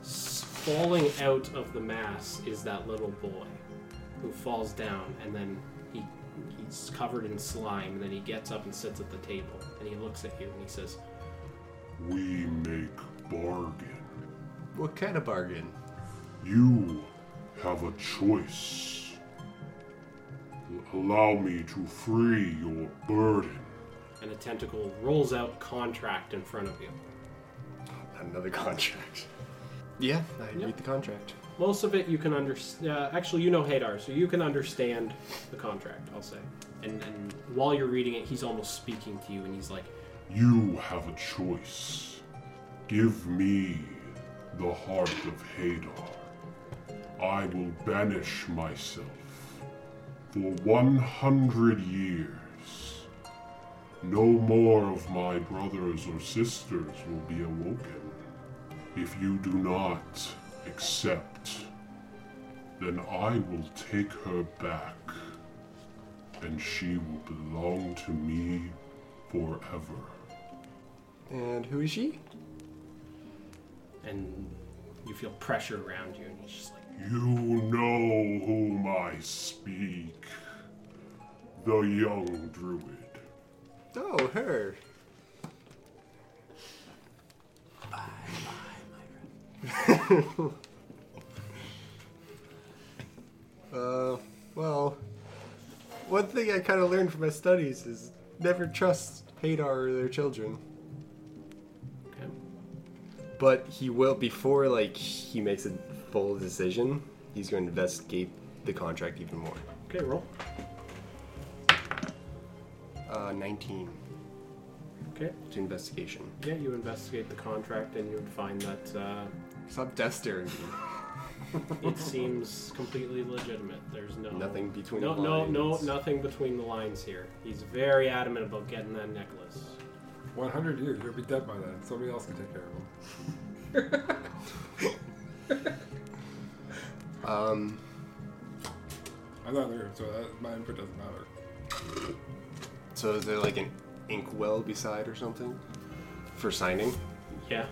s- falling out of the mass is that little boy who falls down, and then he he's covered in slime, and then he gets up and sits at the table, and he looks at you and he says, We make bargain. What kind of bargain? You have a choice. Allow me to free your burden. and a tentacle rolls out contract in front of you. Another <laughs> contract. Yeah, I read the contract. Most of it you can understand. Uh, actually, you know Hadar, so you can understand the contract, I'll say. And, and while you're reading it, he's almost speaking to you, and he's like, You have a choice. Give me the heart of Hadar. I will banish myself for 100 years. No more of my brothers or sisters will be awoken. If you do not accept, then I will take her back, and she will belong to me forever. And who is she? and you feel pressure around you, and he's just like, You know whom I speak. The young druid. Oh, her. <laughs> Uh, well, one thing I kind of learned from my studies is never trust Hadar or their children. Okay. But he will before like he makes a full decision. He's going to investigate the contract even more. okay, roll. Uh, 19 Okay. to investigation. Yeah, you investigate the contract, and you would find that uh, Stop death staring. me. it seems completely legitimate. There's no Nothing between no the no no lines. nothing between the lines here. He's very adamant about getting that necklace. 100 years, you'll be dead by then. Somebody else can take care of him. <laughs> Um, I'm not there, so that, my input doesn't matter. so is there like an inkwell beside or something for signing? Yeah.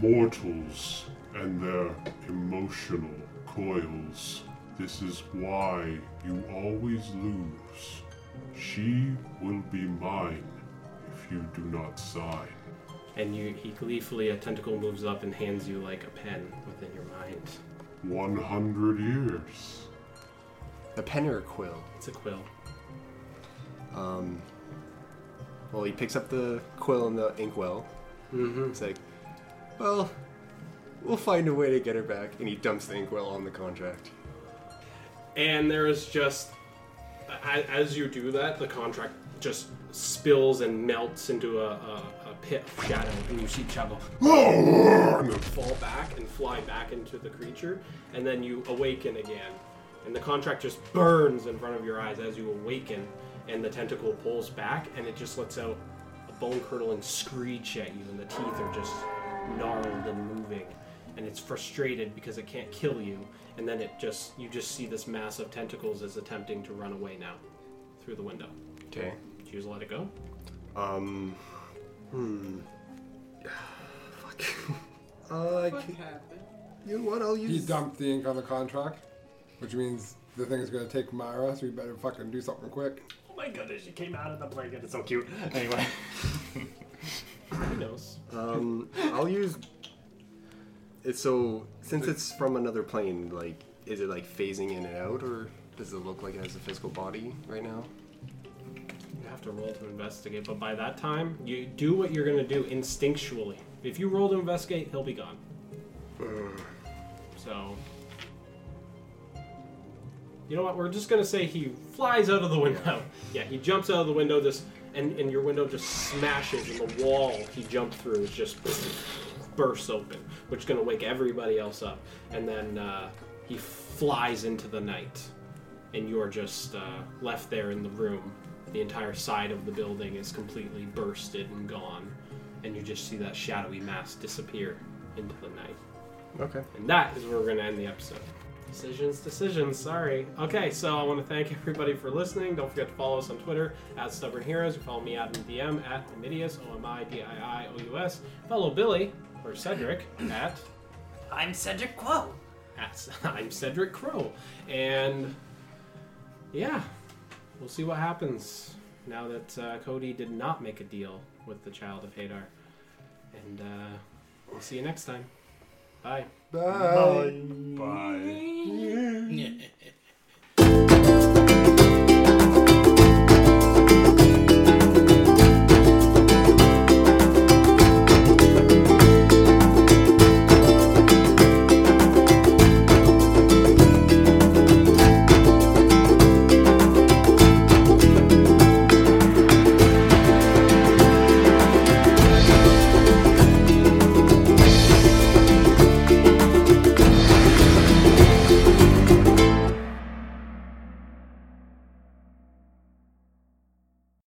Mortals and their emotional coils. This is why you always lose. She will be mine if you do not sign. And you, he gleefully, a tentacle moves up and hands you like a pen within your mind. 100 years. A pen or a quill? It's a quill. Um, well, he picks up the quill and the inkwell. Mm-hmm. He's like, well, we'll find a way to get her back. And he dumps the inkwell on the contract. And there is just, a- as you do that, the contract just spills and melts into a, a, a pit of shadow, and you see Chubble fall back and fly back into the creature, and then you awaken again. And the contract just burns in front of your eyes as you awaken, and the tentacle pulls back, and it just lets out a bone curdling screech at you, and the teeth are just gnarled and moving. And it's frustrated because it can't kill you, and then it just you just see this mass of tentacles is attempting to run away now through the window. Okay. Do you just let it go? Um. Hmm. <sighs> <laughs> Uh, What happened? you know what? I'll use. He dumped the ink on the contract, which means the thing is going to take Myra, so we better fucking do something quick. <laughs> Oh my goodness, she came out of the blanket. It's so cute. <laughs> Anyway. Who knows? Um, I'll use. It's so since it's from another plane. Like, is it like phasing in and out, or does it look like it has a physical body right now? You have to roll to investigate, but by that time, you do what you're gonna do instinctually. If you roll to investigate, he'll be gone. So. You know what? We're just gonna say he flies out of the window. Yeah, he jumps out of the window. This and, and your window just smashes, and the wall he jumped through is just bursts open, which is gonna wake everybody else up. And then uh, he flies into the night, and you're just uh, left there in the room. The entire side of the building is completely bursted and gone, and you just see that shadowy mass disappear into the night. Okay. And that is where we're going to end the episode. Decisions, decisions, sorry. Okay, so I want to thank everybody for listening. Don't forget to follow us on Twitter at Stubborn Heroes. You follow me at DM at Omidius, O M I D I I O U S. Follow Billy or Cedric at. I'm Cedric Quo. at <laughs> I'm Cedric Crow. And yeah, we'll see what happens now that uh, Cody did not make a deal with the Child of Hadar. And uh, we'll see you next time. Bye. Bye. Bye.